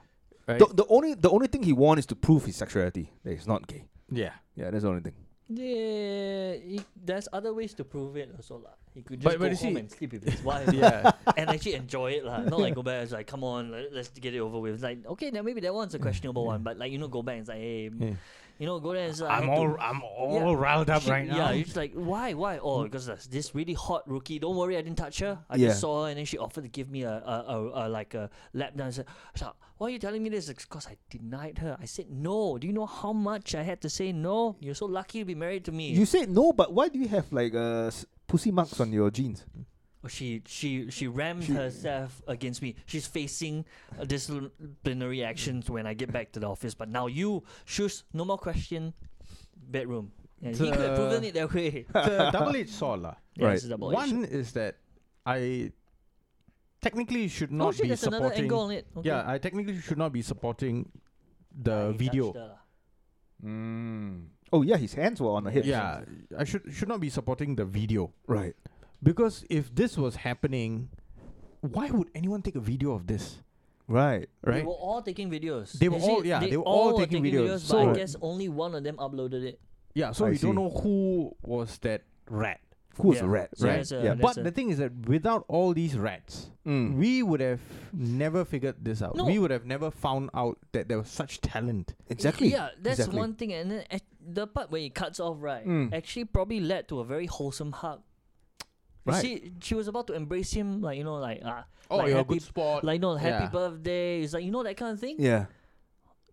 A: Right?
B: The, the only the only thing he won is to prove his sexuality that he's not gay.
A: yeah.
B: Yeah, that's the only thing.
C: Yeah, he- there's other ways to prove it also lah. He could
A: But-
C: just
A: but
C: go
A: you
C: home
A: see-
C: and sleep with his
A: *laughs*
C: wife. *laughs*
A: Yeah.
C: and actually enjoy it lah. Not
B: *laughs*
C: like go back. It's like
B: Mm,
C: come on, let, us get it over with. Like okay, now maybe that one's a questionable one, but like you know, go back and say, hey, m-
A: Yeah.
C: You know, go there and say, I
E: I'm
C: had to-
E: all I'm all riled up
C: She-
E: right now. Mm.
C: Yeah, you're just like, why, why? Oh, because there's this really hot rookie. Don't worry, I didn't touch her. I
B: Yeah.
C: just saw her, and then she offered to give me a, a, a, a like a lap dance. I was like, why are you telling me this? Because I denied her. I said no. Do you know how much I had to say no? You're so lucky to be married to me.
B: You said no, but why do you have like uh, s- pussy marks on your jeans?
C: Oh, she she she rammed herself against me. She's facing uh, disciplinary actions when I get back to the office. But now you, shush, no more question. Bedroom. And he could have proven
A: The-
C: it that way.
A: it's a double-edged sword, lah.
C: Yeah,
B: Right.
C: it's a double edge.
A: One is that I technically should not
C: oh shit,
A: be
C: there's
A: supporting.
C: another angle on it. Okay.
A: Yeah, I technically should not be supporting the
C: Ah, he
A: video.
C: touched her lah.
B: Mm. Oh yeah, his hands were on her hips.
A: Yeah, I should should not be supporting the video
B: Right.
A: because if this was happening, why would anyone take a video of this,
B: Right.
A: right?
C: They were all taking videos.
A: They were
C: You see,
A: all- yeah, they were all taking videos.
C: but
A: So-
C: I guess only one of them uploaded it.
A: Yeah, so
B: I
A: we don't
B: see.
A: know who was that rat.
B: Who was
C: Yeah.
B: a rat?
C: So
B: right.
C: there's a-
B: yeah.
C: there's-
A: But the thing is that without all these rats,
B: Mm.
A: we would have never figured this out.
C: No.
A: We would have never found out that there was such talent.
B: Exactly.
C: Yeah, that's
B: exactly.
C: one thing. And then ac- the part where it cuts off, right,
B: Mm.
C: actually probably led to a very wholesome hug. You
A: Right.
C: see, she was about to embrace him, like you know, like ah,
A: Oh,
C: like
A: you're a
C: happy,
A: good sport.
C: like no, happy
A: Yeah.
C: birthday. It's like you know that kind of thing.
B: Yeah.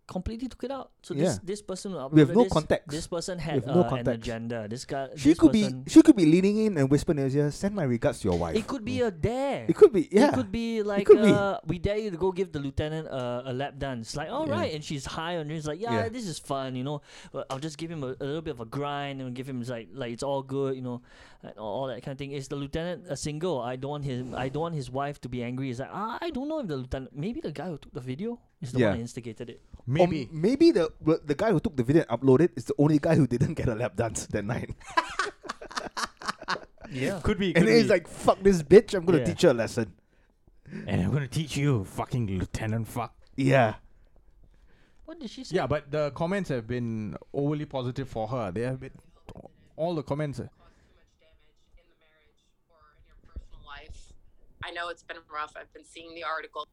C: Completely took it out. So
B: Yeah.
C: this this person uploaded
B: We have no
C: this,
B: context.
C: This person had
B: have no
C: uh, an
B: context.
C: agenda. This guy.
B: She
C: this
B: could
C: person,
B: be. She could be leaning in and whispering in his ear, "Send my regards to your wife."
C: It could be a dare.
B: It could be. Yeah.
C: It could be like
B: could be.
C: uh, we dare you to go give the lieutenant a, a lap dance. Like, all right, and she's high on drinks. Like, yeah,
B: Yeah.
C: this is fun, you know. Well, I'll just give him a, a little bit of a grind and give him like like it's all good, you know, and all, all that kind of thing. Is the lieutenant a single? I don't want him. I don't want his wife to be angry. It's like ah, I don't know if the lieutenant. Maybe the guy who took the video is the
B: Yeah.
C: one that instigated it.
B: Or
A: Maybe.
B: m- maybe the well, the guy who took the video and uploaded is the only guy who didn't get a lap dance that night. *laughs*
C: Yeah.
A: could be.
B: and then he's like, "Fuck this bitch! I'm gonna
C: Yeah.
B: teach her a lesson."
A: and I'm gonna teach you, fucking lieutenant. Fuck.
B: Yeah.
C: What did she say?
A: Yeah, but the comments have been overly positive for her. They have been all the comments. uh,
G: cause too much damage in the marriage or in your personal life. I know it's been rough. I've been seeing the article.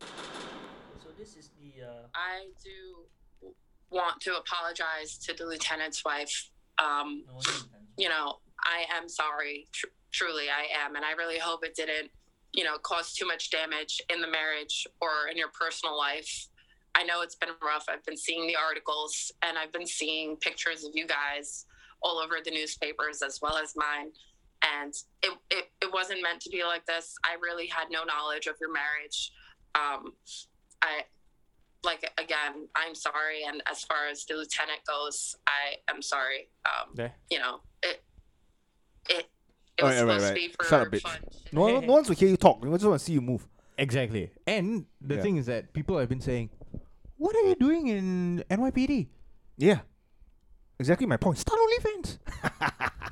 C: So this is the. Uh,
G: I do want to apologize to the lieutenant's wife. Um,
C: no, what's the-
G: you know, I am sorry. Tr- truly, I am. And I really hope it didn't, you know, cause too much damage in the marriage or in your personal life. I know it's been rough. I've been seeing the articles and I've been seeing pictures of you guys all over the newspapers as well as mine. And it, it, it wasn't meant to be like this. I really had no knowledge of your marriage. Um, I, like, again, I'm sorry. And as far as the lieutenant goes, I am sorry. Um,
A: There.
G: You know, it, it, it
B: All
G: was
B: Oh, right, all right,
G: supposed
B: all right.
G: to be for
B: Shut up, bitch.
G: fun.
B: No, one- no one will hear you talk. We just want to see you move.
A: Exactly. And the
B: Yeah.
A: thing is that people have been saying, "What are you doing in NYPD?
B: Yeah. Exactly my point.
A: Start OnlyFans."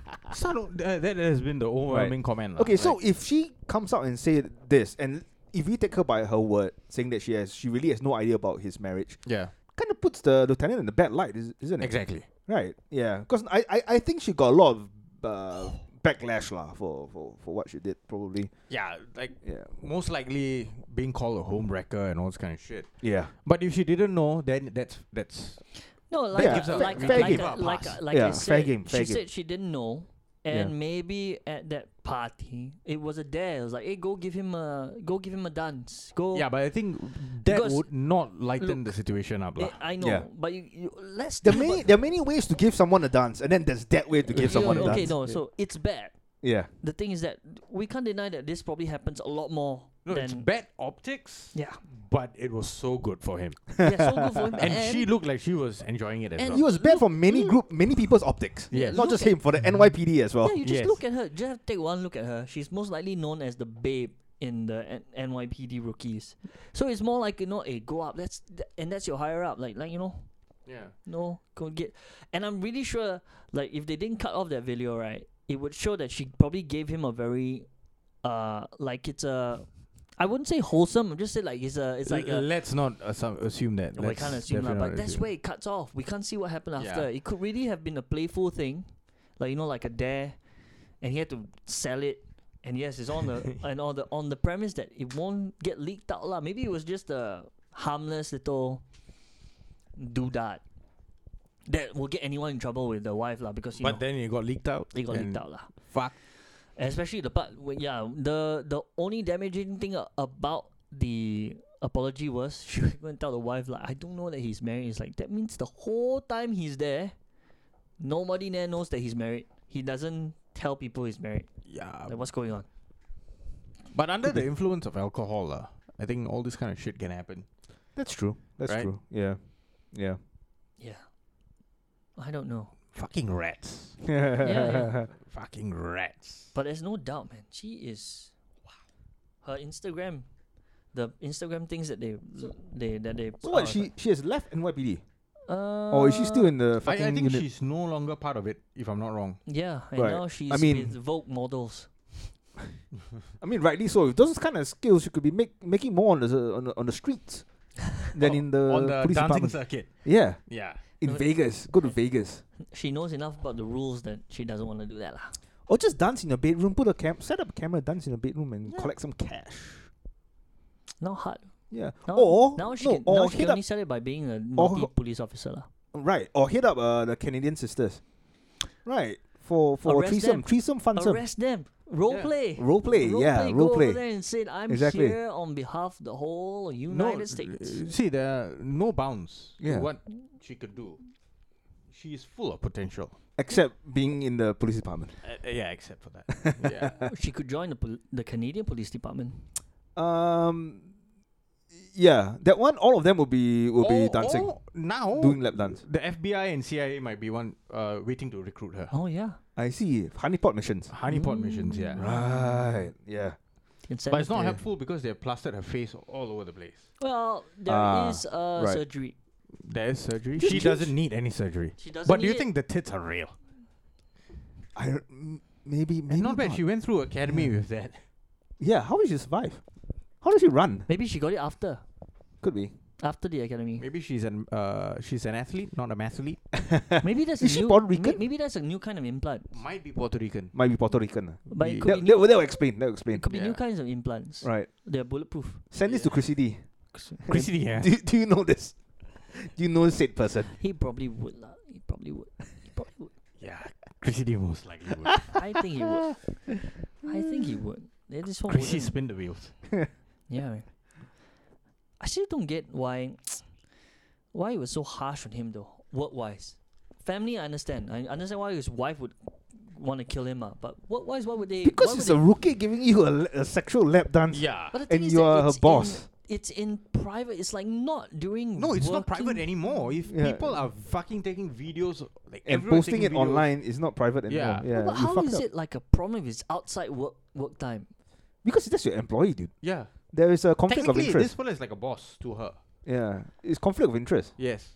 A: *laughs* Start. O- uh, that has been the overwhelming comment. lah,
B: Okay, so
A: right?
B: if she comes out and say this, and if we take her by her word, saying that she has, she really has no idea about his marriage,
A: yeah,
B: kind of puts the lieutenant in a bad light, is- isn't it?
A: exactly.
B: Right. Yeah. Because I, I, I think she got a lot of uh, backlash lah for, for for what she did probably.
A: Yeah, like
B: Yeah.
A: most likely being called a home wrecker and all this kind of shit.
B: Yeah.
A: But if she didn't know, then that's that's
C: No, like
B: Yeah,
C: uh,
A: gives a-
C: like
A: fair
C: like
A: game.
C: uh, like uh, like
B: Yeah,
C: I
B: fair
C: said,
B: game, fair
C: she
B: game.
C: said she didn't know, and maybe at that party it was a dare. It was like, hey, go give him a go give him a dance. Go.
A: yeah. But I think that
C: Because-
A: would not lighten the situation up,
C: Eh,
A: lah.
C: I know,
B: Yeah.
C: but you, you, let's.
B: There are
C: think
B: many
C: about-
B: there are many ways to give someone a dance, and then there's that way to give
C: Yeah,
B: someone a
C: okay,
B: dance.
C: no. So it's bad.
B: yeah.
C: The thing is that we can't deny that this probably happens a lot more
A: No,
C: than
A: it's bad optics.
C: yeah.
A: But it was so good for him,
C: yeah so good for him.
A: and, she looked like she was enjoying it as
C: and
A: well.
B: He was bad for many group many people's optics.
A: Yeah,
B: Not
C: look
B: just
C: at-
B: him, for the NYPD as
A: *laughs*
B: well.
C: Yeah, you just
A: Yes.
C: look at her. Just take one look at her. She's most likely known as the babe in the N- NYPD rookies. So it's more like you know, hey, go up. That's th- and that's your higher up. Like like you know,
A: yeah.
C: no, go get. And I'm really sure, like if they didn't cut off that video, right, it would show that she probably gave him a very, uh, like it's a, I wouldn't say wholesome. I'm just say like it's a, it's like
A: L-
C: a.
A: let's not assume, assume that.
C: We
A: Let's
C: can't assume lah,
A: definitely
C: but
A: not
C: that's
A: assume.
C: where it cuts off. We can't see what happened
A: Yeah.
C: after. It could really have been a playful thing, like you know, like a dare, and he had to sell it. And yes, it's on
A: *laughs*
C: the and on the on the premise that it won't get leaked out lah. Maybe it was just a harmless little doodad. that will get anyone in trouble with the wife lah because you
A: But
C: know
A: then it got leaked out.
C: it got
A: and
C: leaked out lah.
A: Fuck.
C: Especially the part when yeah the the only damaging thing a- about the apology was *laughs* she went and tell the wife like I don't know that he's married. It's like that means the whole time he's there, nobody there knows that he's married. He doesn't tell people he's married.
A: Yeah.
C: Like what's going on?
A: But under the influence of alcohol, lah, I think all this kind of shit can happen.
B: That's true. That's
A: Right?
B: true. Yeah. Yeah.
C: Yeah, I
B: *laughs*
C: don't know.
A: Fucking rats.
C: yeah.
A: Fucking rats.
C: But there's no doubt, man. She is wow. Her Instagram, the Instagram things that they they that they.
B: So
C: put
B: what?
C: out,
B: She she has left NYPD,
C: Uh,
B: or Oh, is she still in the
A: I,
B: fucking
A: I think
B: unit?
A: she's no longer part of it, if I'm not wrong.
C: Yeah, and
B: Right.
C: now she's
B: mean-
C: with Vogue models.
B: I mean, rightly so. With those kind of skills, she could be make, making more on the on the, on the streets than
C: *laughs*
A: Oh,
B: in
C: Uh,
B: the,
A: on the
B: police
A: dancing
B: department.
A: circuit.
B: Yeah,
A: Yeah.
B: in
C: No,
B: Vegas. Go to Vegas,
C: She knows enough about the rules that she doesn't want to do that lah.
B: or just dance in your bedroom. Put a cam, set up a camera, dance in your bedroom, and collect some cash.
C: Not hard.
B: Yeah,
C: Now,
B: or
C: now she
B: no,
C: can,
B: or
C: now she
B: hit
C: can
B: up
C: only sell it by being a naughty
B: her-
C: police officer lah.
B: right, or hit up uh, the Canadian sisters, right? For for
C: Arrest
B: threesome,
C: them.
B: threesome funsome.
C: Arrest them. Role play.
B: Role play, yeah,
C: play.
B: role
C: Go
B: play.
C: over there and say I'm
B: Exactly.
C: here on behalf of the whole United States.
A: uh, See, there are no bounds
B: Yeah.
A: to what she could do. She is full of potential.
B: Except being in the police department.
A: Uh, yeah, except for that. *laughs* yeah.
B: uh,
C: *laughs* She could join the pol- the Canadian police department.
B: Um, yeah, that one. All of them will be will be
C: Oh,
A: Or-
B: dancing,
A: or now,
B: doing lap dance.
A: the FBI and CIA might be one uh, waiting to recruit her.
C: Oh yeah.
B: I see honeypot missions.
A: Honeypot missions, yeah.
B: Right. Yeah.
C: Instead
A: But
C: of
A: it's not
B: Yeah.
A: helpful because they have plastered her face all over the place.
C: Well, there
B: Ah,
C: is uh,
B: right.
C: surgery.
A: There is surgery.
B: Just
A: she
B: change-
A: doesn't need any surgery.
C: She doesn't
A: But do you
C: need
A: think
C: it.
A: the tits are real?
B: I don't- m- maybe maybe
A: And not bad. She went through academy with that.
B: yeah. How did she survive? How did she run?
C: Maybe she got it after
B: Could be.
C: after
B: *laughs*
C: the academy.
A: Maybe she's an uh, she's an athlete, not a mathlete.
C: Maybe that's
B: Is
C: a
B: she
C: new,
B: Puerto
C: may-
B: Rican?
C: Maybe that's a new kind of implant.
A: Might be Puerto Rican.
B: Might be Puerto Rican. ah.
C: But
A: Yeah.
C: it
B: That,
C: could, be,
B: that, that will explain. That will explain.
C: could be new
A: Yeah.
C: kinds of implants.
B: Right.
C: They're bulletproof.
B: Send this to Chrissy D. *laughs*
C: *laughs*
A: Christy, yeah. *laughs*
B: Do, you- do you know this? Do you know this said person?
C: He probably would lah. He probably would. He probably would.
A: Yeah, Chrissy D most likely would.
C: I think he would. I think he would. They just won't
A: Chrissy
C: wouldn't.
A: spin the wheels.
C: Yeah. man. I still don't get why why it was so harsh on him though, work wise. Family I understand. I understand why his wife would want to kill him, uh, but work wise why would they why
B: Because
C: would
B: it's
C: they-
B: a rookie giving you a, le- a sexual lap dance.
A: Yeah.
C: But the thing
B: and
C: is
B: you
C: that
B: are her
C: it's in-
B: boss.
C: it's in private. It's like not during.
A: No, it's not private
C: working-
A: anymore. If
B: Yeah.
A: people are fucking taking videos, like
B: And
A: everyone's
B: posting it
A: taking videos-
B: online is not private anymore.
A: Yeah.
B: Yeah.
C: But
B: you
C: how
B: fucked
C: is
B: up.
C: it like a problem if it's outside work work time?
B: Because that's your employee, dude.
A: Yeah.
B: There is a conflict of
A: Technically, this
B: interest.
A: fella is like a boss to her.
B: Yeah. It's conflict of interest.
A: Yes.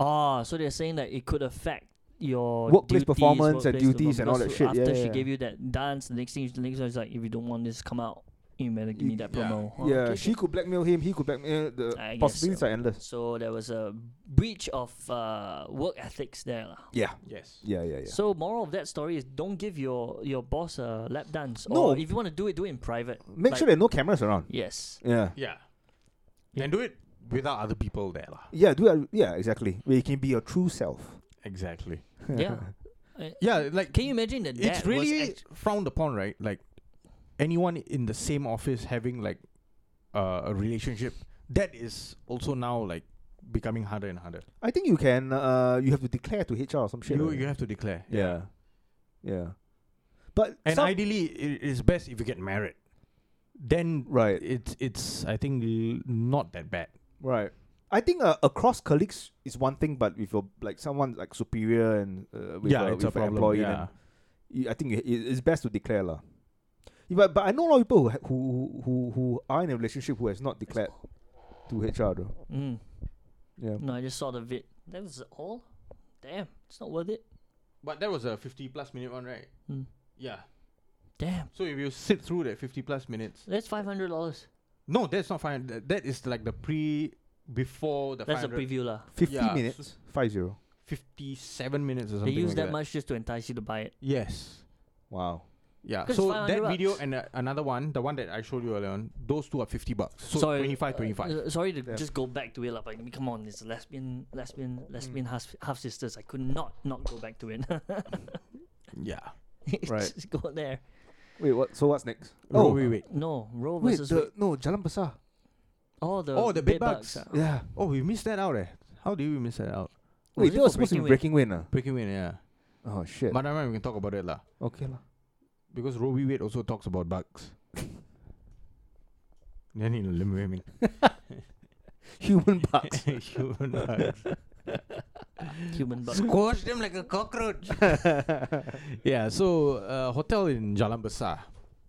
C: Ah, so they're saying that it could affect your
B: Workplace
C: duties,
B: performance and
C: workplace
B: duties and all that
C: performance.
B: shit.
C: After
B: Yeah,
C: she
B: yeah,
C: gave you that dance, the next thing, the next one is like, if you don't want this, come out. You better give me
B: You-
C: that
A: yeah.
C: promo. Oh,
B: yeah.
C: okay,
B: She
C: okay.
B: could blackmail him. He could blackmail. The
C: I guess
B: possibilities
C: so.
B: are endless.
C: So there was a breach of uh, work ethics there. lah.
B: Yeah.
A: Yes.
B: Yeah. Yeah. Yeah.
C: So moral of that story is don't give your your boss a lap dance.
B: No.
C: Or if you want to do it, do it in private.
B: Make
C: Like-
B: sure there are no cameras around. *laughs*
C: Yes.
B: Yeah.
A: Yeah. And do it without other people there. lah.
B: Yeah, do it. Yeah, exactly. Where you can be your true self.
A: Exactly.
C: Yeah. Uh,
A: Yeah, like
C: Can you imagine that?
A: it's
C: that was
A: really
C: act-
A: frowned upon, right? Like anyone in the same office having like uh, a relationship that is also now like becoming harder and harder.
B: I think you can. Uh, you have to declare to HR or some shit.
A: You
B: like
A: you
B: that.
A: have to declare.
B: yeah, yeah. But
A: And
B: some-
A: ideally, it is best if you get married. Then
B: right,
A: it's it's I think l- not that bad.
B: right. I think uh, across colleagues is one thing, but with your like someone like superior and uh, with
A: yeah,
B: a,
A: it's a
B: with a
A: problem.
B: employee, then
A: yeah.
B: you- I think it, it- it's best to declare lah. Yeah, But but I know a lot of people who ha- who who who are in a relationship who has not declared to HR though.
C: Mm.
B: Yeah.
C: No, I just saw the vid. That was all. Damn, it's not worth it.
A: But that was a fifty plus minute one, right?
C: Mm.
A: Yeah.
C: Damn,
A: So if you sit through that fifty plus minutes,
C: that's five hundred dollars.
A: no, that's not fine. That, that is like the pre before the
C: That's a
A: 500
C: preview lah.
B: Fifty
A: Yeah, so-
B: minutes, five zero.
A: 57 minutes or
C: They
A: something.
C: use
A: like
C: that much just to entice you to buy it.
A: Yes.
B: Wow.
A: Yeah.
C: 'Cause
A: So
C: it's 500
A: that
C: bucks.
A: video and uh, another one, the one that I showed you earlier on, those two are 50 bucks. So
C: sorry,
A: 25,
C: uh,
A: 25.
C: uh, sorry to just go back to it, lah, but I mean, come on, it's lesbian,
A: Mm.
C: lesbian, lesbian half half sisters. I could not not go back to it. *laughs*
A: yeah.
B: Right.
C: just go there.
B: Wait, what? So what's next?
A: Oh, wait, wait.
C: No, Roe
B: wait,
C: versus
B: the, no, Jalan Besar.
C: Oh, the
A: Oh, the
C: bed
A: bed bugs.
C: bugs, ah.
B: Yeah.
A: Oh, we missed that out eh. How did we miss that out?
B: Wait,
C: it
B: that
C: for
B: was supposed to be
C: Breaking
B: breaking wind, ah.
A: Breaking Wind, yeah.
B: Oh shit.
A: But I remember we can talk about it lah.
B: okay lah. *laughs*
A: Because Roe v. Wade also talks about bugs. *laughs* Then in limb *laughs*
B: Human bugs.
A: human *laughs* bugs.
C: *laughs* human bugs.
A: Squash them like a cockroach. yeah, so uh, hotel in Jalan Besar,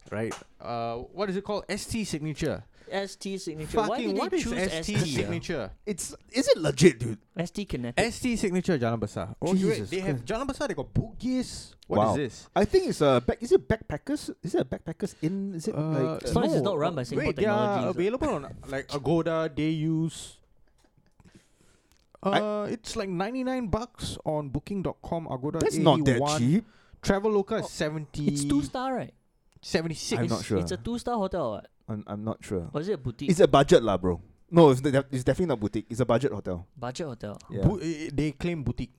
A: right? Uh, what is it called? ST signature.
C: ST signature. Why
A: Fucking
C: did
A: what
C: they
A: is
C: choose
A: ST,
C: ST? ah?
A: signature?
B: it's is it legit, dude?
C: ST kinetic.
A: ST signature Jalan Besar. Oh, you
B: Jesus
A: wait, they have Jalan Besar. They got Bugis. What is
B: Wow.
A: this?
B: I think it's a back. Is it backpackers? Is it a backpackers in? Is it
A: Uh,
B: like?
C: As long as it's
A: no,
C: not run by Singapore
A: Wait, they are
C: Technologies.
A: available on like Agoda, They use. Uh, it's like 99 bucks on booking.com, Agoda.
B: That's not that
A: 81.
B: cheap. Oh,
A: Traveloka is 70.
C: It's two star, right?
A: 76.
B: I'm not sure.
C: It's a two star hotel, what?
B: I'm, I'm not sure.
C: or is it a boutique?
B: It's a budget lah, bro. No, it's, de- it's definitely not boutique. It's a budget hotel.
C: budget hotel.
B: Yeah.
A: Bu- eh, they claim boutique.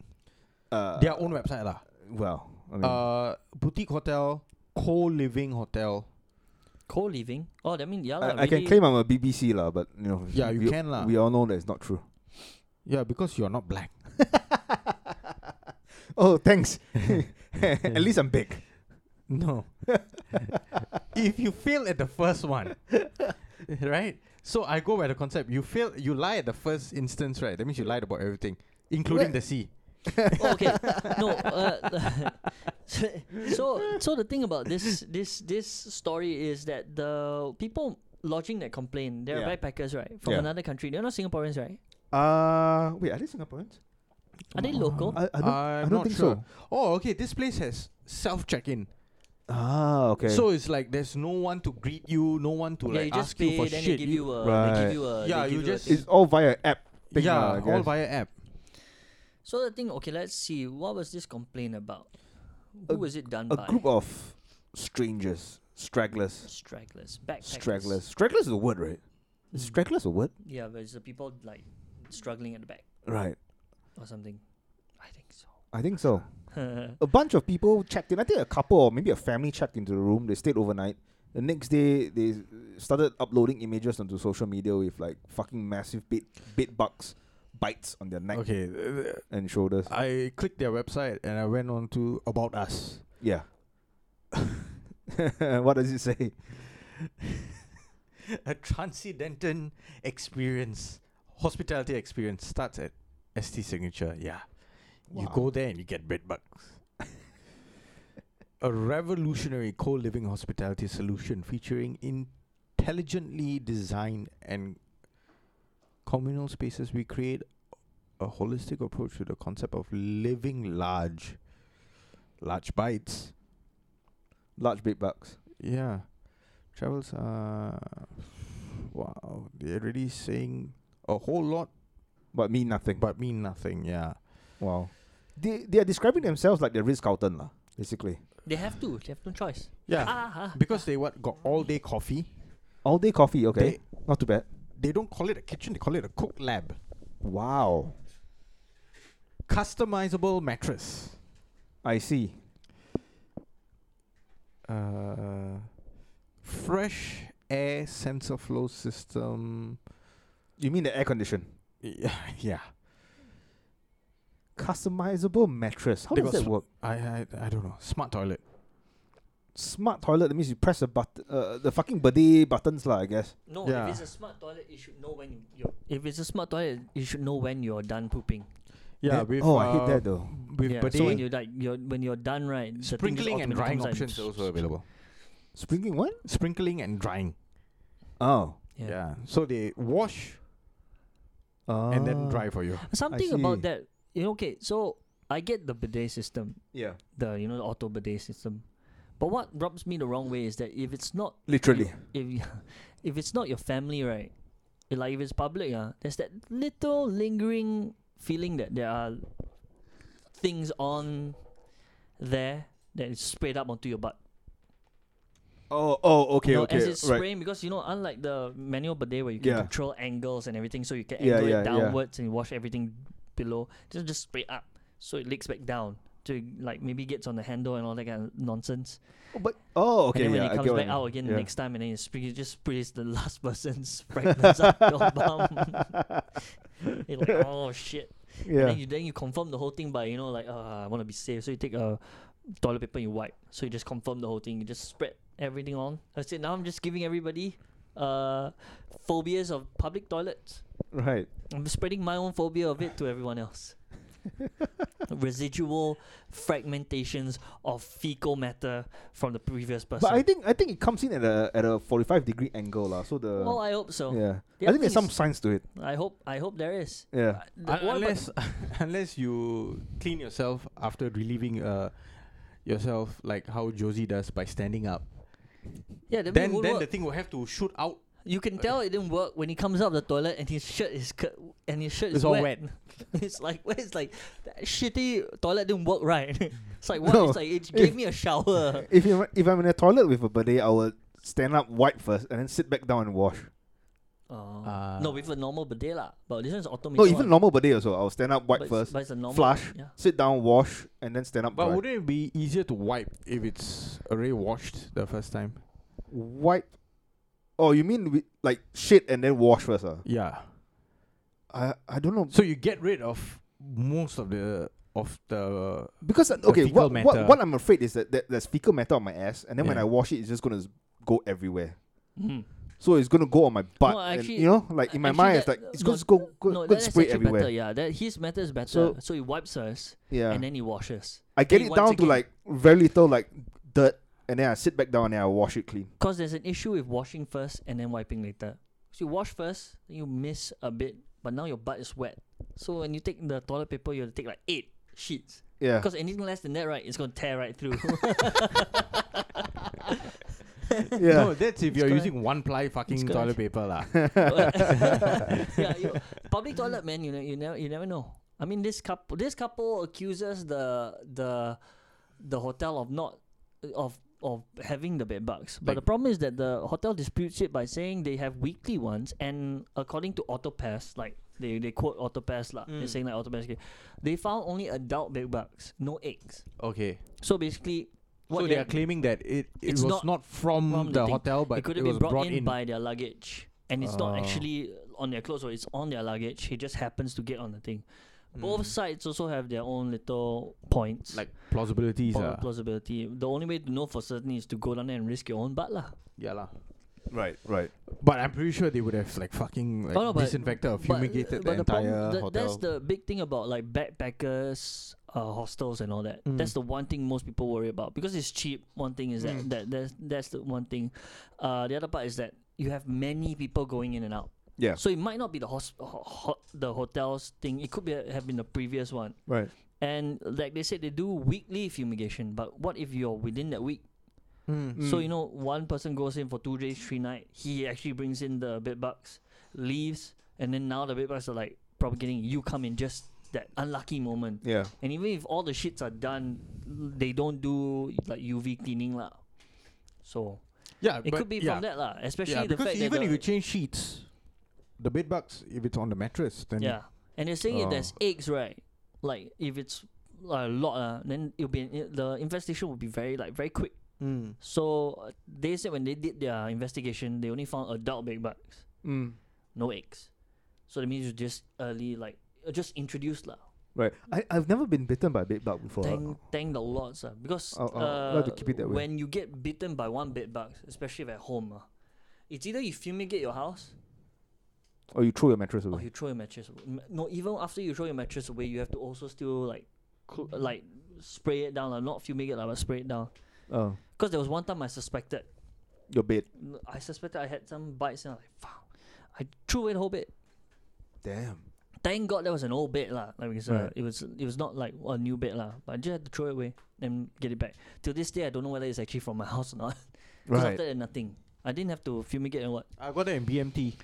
B: uh, mm.
A: Their own website lah.
B: well, I mean,
A: Uh, boutique hotel, co-living hotel.
C: Co living. Oh, that means yeah, lah,
B: I, I can
C: really-
B: claim I'm a BBC lah, but you know.
A: Yeah, you
B: we,
A: can lah.
B: We all know that it's not true. *laughs*
A: Yeah, because you're not black. *laughs*
B: Oh, thanks. At least I'm big. *laughs*
A: No. if you fail at the first
B: *laughs*
A: one, right? So I go by the concept. You fail. You lie at the first instance, right? That means you lied about everything, including the sea.
C: Oh,
B: *laughs*
C: okay. No. Uh, *laughs* so so the thing about this this this story is that the people lodging that complaint, they're
B: Yeah.
C: backpackers, right, from
B: Yeah.
C: another country. They're not Singaporeans, right?
B: Uh, wait, are they Singaporeans?
C: Are they local?
B: I, I don't, I
A: I'm
B: don't
A: not
B: think
A: sure.
B: so.
A: Oh, okay. This place has self check-in,
B: Ah, okay.
A: so it's like there's no one to greet you, no one to
C: yeah,
A: like
C: you just
A: ask
C: pay,
A: you for
C: then
A: shit.
C: they give
A: You-
C: you a, they give
B: Right.
C: you a,
A: Yeah,
C: they give
A: you
C: a
A: just-
C: thing.
B: it's all via app. Thing
A: yeah,
B: lah, I
A: all
B: guess.
A: via app.
C: So the thing, okay, let's see. What was this complaint about? Who
B: A-
C: was it done
B: a
C: by?
B: group of strangers, stragglers,
C: stragglers, backpackers.
B: stragglers. Stragglers is a word, right? Is
A: Mm.
B: Stragglers a word?
C: Yeah, but it's the people like struggling at the back
B: Right.
C: or something. I think so.
B: I think so. a bunch of people checked in. I think a couple or maybe a family checked into the room. They stayed overnight. The next day, they started uploading images onto social media with like fucking massive bit bit bugs bites on their neck
A: Okay, uh,
B: and shoulders.
A: I clicked their website and I went on to about us.
B: yeah. *laughs* what does it say?
A: A transcendental experience, hospitality experience starts at ST Signature. Yeah. You
B: Wow.
A: go there and you get bed bugs. *laughs* A revolutionary co living hospitality solution featuring intelligently designed and communal spaces. We create a holistic approach to the concept of living large. Large bites.
B: Large bit bugs.
A: Yeah. Travels uh wow, they're really saying a whole lot
B: But mean nothing.
A: but mean nothing, yeah.
B: wow. They they are describing themselves like the Ritz Carlton lah, basically.
C: They have to. They have no choice.
A: Yeah.
C: Ah,
A: Because they what got all day coffee.
B: All day coffee, okay. Not too bad.
A: They don't call it a kitchen, they call it a cook lab.
B: Wow.
A: Customizable mattress.
B: I see.
A: Uh fresh air sensor flow system.
B: You mean the air condition?
A: Yeah, *laughs* yeah.
B: Customizable mattress. How
A: They
B: does
A: got
B: that
A: sm-
B: work?
A: I, I I don't know. Smart toilet.
B: smart toilet that means you press a button uh, the fucking bidet buttons lah I guess
C: no,
A: Yeah.
C: if it's a smart toilet, you should know when you- you're. If it's a smart toilet, you should know when you're done pooping.
A: Yeah,
B: That-
A: with
B: oh I hate
A: uh,
B: that though
A: With
C: yeah.
A: bidet,
C: So when you're like, you're when you're done, right? the thing just
A: sprinkling and drying
C: automatically comes out
A: options are also available.
B: springing what
A: Sprinkling and drying.
B: oh
C: Yeah.
A: So they wash
B: uh,
A: and then dry for you.
C: Something about
B: see.
C: that. You know, okay, so I get the bidet system,
B: yeah
C: the you know the auto bidet system, but what rubs me the wrong way is that if it's not
B: literally
C: *laughs* if you, if it's not your family, right? eh, Like if it's public, ah, there's that little lingering feeling that there are things on there that is sprayed up onto your butt.
B: Oh, oh, okay,
C: No,
B: okay,
C: as it's
B: right.
C: spraying because you know unlike the manual bidet where you can
B: Yeah.
C: control angles and everything so you can
B: Yeah,
C: angle
B: yeah, yeah.
C: it downwards and wash everything below just just spray up so it leaks back down to like maybe gets on the handle and all that kind of nonsense
B: Oh, but oh, okay,
C: and then
B: yeah, I get
C: when it comes
B: what you
C: back
B: mean.
C: out again
B: Yeah.
C: the next time and then you, spray, you just sprays the last person's *laughs* fragrance up your bum
B: *laughs*
C: you're like oh shit
B: Yeah.
C: and then you then you confirm the whole thing by you know like uh, I want to be safe, so you take a toilet paper and you wipe. So you just confirm the whole thing. You just spread everything on. That's it. Now I'm just giving everybody uh phobias of public toilets.
B: right.
C: I'm spreading my own phobia of it to everyone
B: *laughs*
C: else. Residual fragmentations of fecal matter from the previous person.
B: But I think I think it comes in at a at a forty five degree angle lah. So the
C: well, I hope so.
B: yeah,
C: the
B: I
C: other
B: think there's
C: thing
B: some
C: is-
B: science to it.
C: I hope. I hope there is. Uh,
B: Yeah.
C: The-
A: Un- Uh,
C: what about-
A: unless *laughs* unless you clean yourself after relieving uh yourself like how Josie does by standing up.
C: yeah, then,
A: then then the thing will have to shoot out.
C: You can tell it didn't work when he comes out of the toilet and his shirt is cut and his shirt
A: It's
C: is
A: all
C: *laughs* it's like where it's like that shitty toilet didn't work right. *laughs* it's like what?
B: No,
C: It's like it
B: if- *laughs*
C: gave me
A: *laughs*
C: a shower.
B: If you if I'm in a toilet with a bidet, I will stand up, wipe first, and then sit back down and wash.
C: Oh.
A: Ah.
C: no, with a normal bidet lah. But this one's automated.
B: No, even
C: one.
B: normal bidet also. I'll stand up,
C: But
B: wipe
C: it's-
B: first,
C: But it's a normal
B: flush,
C: Yeah.
B: sit down, wash, and then stand up.
A: But
B: dry.
A: wouldn't it be easier to wipe if it's already washed the first time?
B: wipe. Oh, you mean wi- like shit and then wash first? Ah,
A: Yeah.
B: I I don't know
A: So you get rid of most of the of the
B: because uh, okay,
A: fecal
B: what, what
A: matter.
B: what I'm afraid is that, that there's fecal matter on my ass, and then when
A: Yeah. Mm-hmm.
B: I wash it, it's just gonna s- go everywhere.
C: Mhm.
B: So it's gonna go on my butt.
C: No,
B: and,
C: actually-
B: you know, like in my
C: Actually,
B: mind, it's
C: that-
B: like it's
C: no,
B: gonna s- go go,
C: no,
B: go and
C: that's
B: spray
C: actually
B: everywhere.
C: better. Yeah, that his matter is better. So,
B: So-
C: he wipes first
B: Yeah,
C: and then he washes.
B: I get
C: then
B: it
C: once
B: down to
C: again-
B: like very little like dirt, and then I sit back down and I wash it clean.
C: Because there's an issue with washing first and then wiping later. So you wash first, then you miss a bit, but now your butt is wet. So when you take the toilet paper, you have to take like eight sheets.
B: Yeah,
C: Because anything less than that, right, it's gonna tear right through. *laughs*
B: yeah.
A: No, that's if
C: It's
A: you're
C: correct.
A: using one ply fucking
C: correct.
A: toilet paper lah. *laughs*
C: yeah, you, public toilet, man. You know, you never, you never know. I mean, this couple, this couple accuses the the the hotel of not of of having the bed bugs. But the
A: Like-
C: problem is that the hotel disputes it by saying they have weekly ones, and according to AutoPass, like they they quote AutoPass lah,
A: Mm.
C: they're saying like AutoPass, they found only adult bed bugs, no eggs.
A: okay.
C: So basically, what
A: so they are claiming that it, it
C: It's
A: was
C: not
A: not, from,
C: from the
A: Mm, the,
C: thing.
A: hotel, but
C: it could have
A: was
C: been brought, in,
A: in.
C: by their luggage, and it's not
A: Oh.
C: actually on their clothes or it's on their luggage. He just happens to get on the thing. Both sides also have their own little points,
A: Mm. like plausibilities. ah.
C: for plausibility. The only way to know for certain is to go down there and risk your own butt lah.
A: yeah lah.
B: Right, right.
A: But I'm pretty sure they would have like fucking like
C: Oh, no, but-
A: disinfected or
C: But-
A: fumigated the
C: but problem-
A: entire
C: the-
A: hotel.
C: That's the big thing about like backpackers, uh, hostels, and all that.
A: Mm.
C: That's the one thing most people worry about because it's cheap. One thing is that
A: Mm.
C: that that's, that's the one thing. Uh, the other part is that you have many people going in and out.
B: Yeah.
C: So it might not be the hos- ho- ho- the hotels thing. It could be have been the previous one.
B: Right.
C: And like they said, they do weekly fumigation. But what if you're within that week?
A: Hmm.
C: So you know, one person goes in for two days, three night. He actually brings in the bed bugs, leaves, and then now the bed bugs are like propagating. You come in just that unlucky moment.
B: Yeah.
C: And even if all the shits are done, they don't do like UV cleaning lah. So
A: yeah,
C: it
A: but
C: could be
A: yeah.
C: from that lah. Especially
A: Yeah,
C: the
A: because
C: fact
A: even
C: that
A: if
C: the-
A: you change sheets, the bed bugs, if it's on the mattress, then
C: Yeah, and they're saying if
A: Oh.
C: there's eggs, right? Like if it's a lot, uh, then it'll be an, the infestation will be very like very quick.
A: Mm.
C: So uh, they said when they did their investigation, they only found adult bed bugs,
B: Mm.
C: no eggs. So that means you just early like uh, just introduced lah.
B: Right. I I've never been bitten by a bed bug before. ah.
C: Thank thank the lords uh, because
B: I'll-
C: uh,
B: I'll like oh, to keep it that way.
C: when you get bitten by one bed bug, especially if at home, uh, it's either you fumigate your house
B: Or Oh, you throw your mattress
C: Or
B: away.
C: you throw your mattress away. M- No, even after you throw your mattress away, you have to also still like, cl- like spray it down. Like, not fumigate, like, but spray it down.
B: Oh,
C: Because there was one time I suspected,
B: your bed.
C: n- I suspected I had some bites and I was like, fuck. I threw away the whole bit.
B: Damn.
C: Thank God that was an old bed lah. Like because, uh,
B: Right.
C: it was it was not like a new bed lah. But I just had to throw it away and get it back. Till this day, I don't know whether it's actually from my *laughs* house or not. Because
B: Right.
C: after that, nothing. I didn't have to fumigate and what.
A: I got that in BMT.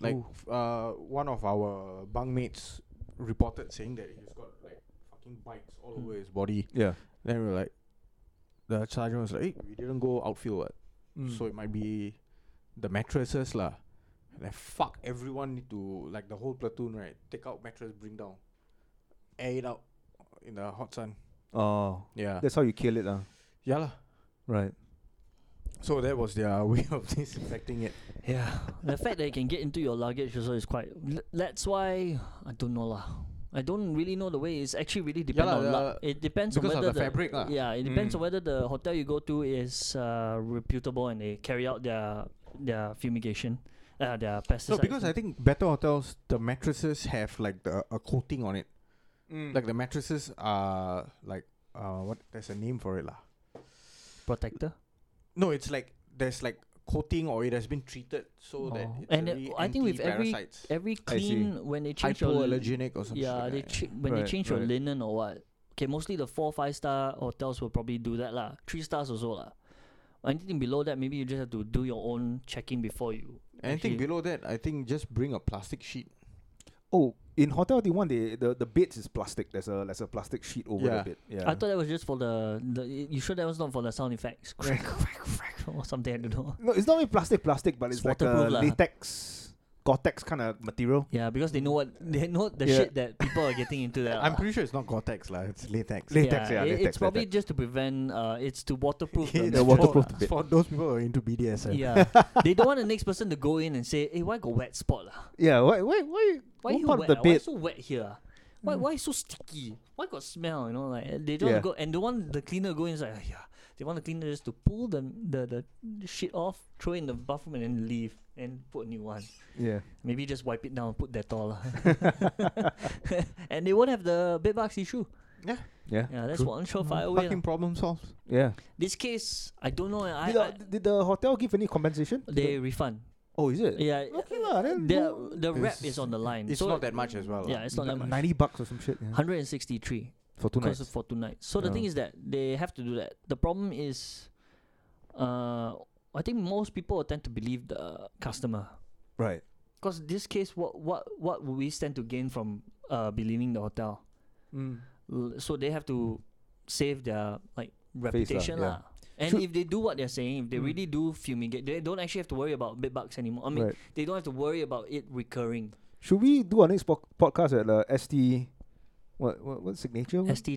A: Like
C: Ooh.
A: f- uh, one of our bunk mates reported saying that he's got like fucking bites all
C: Hmm.
A: over his body.
B: Yeah.
A: Then we were like, the sergeant was like, hey, we didn't go outfield. What? So it might be the mattresses lah. Like fuck, everyone need to like the whole platoon right. Take out mattress, bring down, air it out in the hot sun.
B: Oh,
A: Yeah,
B: that's how you kill it, uh.
A: yeah lah.
B: Right.
A: So that was their *laughs* way of disinfecting it.
C: Yeah, the fact that it can get into your luggage also is quite. l- That's why I don't know lah. I don't really know the way. It's actually really depend
A: lah,
C: on
A: yeah,
C: luck. It depends on
A: because of
C: whether
A: the fabric lah. Mm.
C: Yeah, it depends on whether the hotel you go to is uh, reputable and they carry out their their fumigation, uh, their
A: No,
C: pesticide.
A: because I think better hotels, the mattresses have like the a coating on it. Like the mattresses are like uh what there's a name for it lah.
C: protector.
A: No, it's like there's like coating or it has been treated so that
C: Oh.
A: it's
C: And, uh,
A: really
C: I think with every-
A: anti-parasites.
C: Every
B: I see.
C: clean when they change your lin-
A: hypoallergenic or something.
C: yeah,
A: like
C: they
A: that,
C: chi- when
B: Right,
C: they change your
B: right.
C: linen or what. Okay, mostly the four five star hotels will probably do that lah. Three stars also lah. Anything below that, maybe you just have to do your own checking before you.
A: Anything
C: actually-
A: below that, I think just bring a plastic sheet.
B: Oh, in Hotel D1, they, the the beds is plastic. There's a there's a plastic sheet over
A: Yeah.
B: the bed. Yeah.
C: I thought that was just for the, the. You sure that was not for the sound effects? *laughs* Crack, crack, crack, or something. I don't know.
B: no, it's not really plastic, plastic, but it's,
C: It's
B: like a
C: waterproof lah.
B: latex, Gore-Tex kind of material.
C: Yeah, because they know what they know the
B: Yeah.
C: shit that people are getting
B: *laughs*
C: into. That
A: Uh, I'm pretty sure it's not Gore-Tex lah. It's latex.
B: La- latex, yeah,
C: it-
B: latex,
C: it's probably
B: latex.
C: just to prevent. Uh, it's to
B: *laughs*
C: waterproof.
A: *laughs* It's
C: them.
B: the waterproof
A: for,
B: bit.
A: for those people who are into BDSM.
C: Yeah, they don't want the next person to go in and say, "Hey, why got wet spot lah?
B: Yeah. Why why why?
C: Why
B: what
C: you
B: part
C: wet?
B: of the
C: ah? why
B: bed? Hmm.
C: so wet here? ah? Why why so sticky? Why got smell? You know, like uh, they don't
B: Yeah.
C: want to go and the one the cleaner go in is like "Ah, yeah. They want the cleaner just to pull the the the shit off, throw it in the bathroom and then leave and put a new one.
B: Yeah.
C: Maybe just wipe it down, put that all. *laughs* and they won't have the bed bugs issue.
B: Yeah.
C: Yeah, that's
A: True.
C: one sure fire
B: Hmm.
C: away.
A: Fucking problem solved.
B: Yeah.
C: This case, I don't know. eh, I,
B: Did,
C: I,
B: the, did the hotel give any compensation? Did
C: they refund.
B: oh, is it?
C: Yeah,
B: Okay lah. Then
C: the
B: no-
C: the rep
A: It's-
C: is on the line.
A: It's
C: so
A: not that much as well. lah.
C: Yeah, it's not that much.
B: ninety bucks or some shit. Yeah.
C: 163.
B: For two
C: Because
B: nights.
C: for tonight. So the thing
B: Yeah.
C: is that they have to do that. The problem is, uh, I think most people will tend to believe the customer.
B: Right.
C: Because this case, what what what would we stand to gain from uh believing the hotel?
B: Mm.
C: L- So they have to save their like reputation
B: yeah.
C: lah. And
B: Should-
C: if they do what they're saying, if they
B: Mm.
C: really do fumigate, they don't actually have to worry about bed bugs anymore. I mean,
B: Right.
C: they don't have to worry about it recurring.
B: Should we do our next po- podcast at the ST? What what what signature? one?
C: ST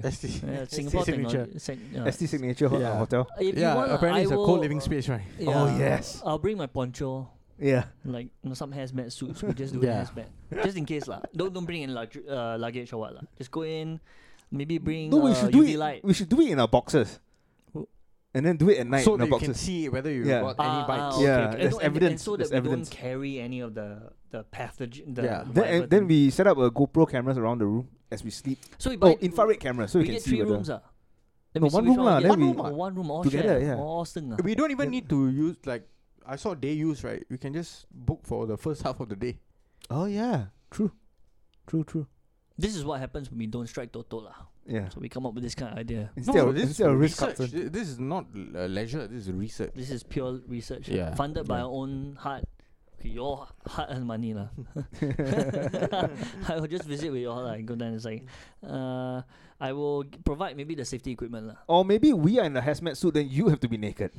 A: *laughs* That's the-
C: Yeah,
A: that's the
C: Singapore
A: signature.
C: technology. sec- uh,
B: ST signature ho-
A: Yeah.
B: hotel.
C: if you
A: Yeah,
C: want,
A: apparently
C: I
A: it's a
C: will- uh,
A: cold living space, right?
B: Oh,
C: Yeah.
B: yes.
C: I'll bring my poncho,
B: Yeah.
C: like you know, some hazmat suits. We just do
A: Yeah.
C: yeah. hazmat, just in case lah. Don't don't bring any lug- uh, luggage or what lah. Just go in, maybe bring
B: No, we
C: uh,
B: should do
C: UV
B: it.
C: light.
B: We should do it in our boxes,
C: Who-
B: and then do it at night
A: so
B: in our
A: that you can
B: boxes.
A: see whether you
B: Yeah.
A: got
C: Ah,
A: any
C: ah,
A: bites.
C: okay,
B: Yeah,
C: okay. And
B: there's
C: no, and-
B: evidence,
C: And so that
B: there's
C: we
B: evidence.
C: don't carry any of the the pathogen. The
A: Yeah.
B: Then,
C: whatever
B: and then
C: thing.
B: we set up a GoPro cameras around the room as we sleep.
C: so we
B: Oh,
C: buy
B: infrared camera, so we,
C: We,
B: can
C: get
B: see
C: three
B: whether.
C: rooms ah. Let
B: No,
C: me see
B: one
C: which
B: room
C: one
B: lah,
C: we get.
B: then we-
C: one room, ah. one room all
B: Together, yeah.
C: share, all sing ah.
A: We don't even need to use like I saw day use right. We can just book for the first half of the day.
B: Oh yeah, true, true, true.
C: This is what happens when we don't strike toto lah.
B: Yeah.
C: So we come up with this kind of idea.
B: Instead of instead of risk
A: research.
B: Hudson.
A: Thi- This is not uh, leisure. This is research.
C: This is pure research,
A: Yeah,
C: funded by
A: yeah.
C: our own heart. Okay, your heart and money
B: *laughs*
C: lah. *laughs* I will just visit with you all lah and go down. It's like, uh, I will g- provide maybe the safety equipment lah.
B: Or maybe we are in a hazmat suit, then you have to be naked.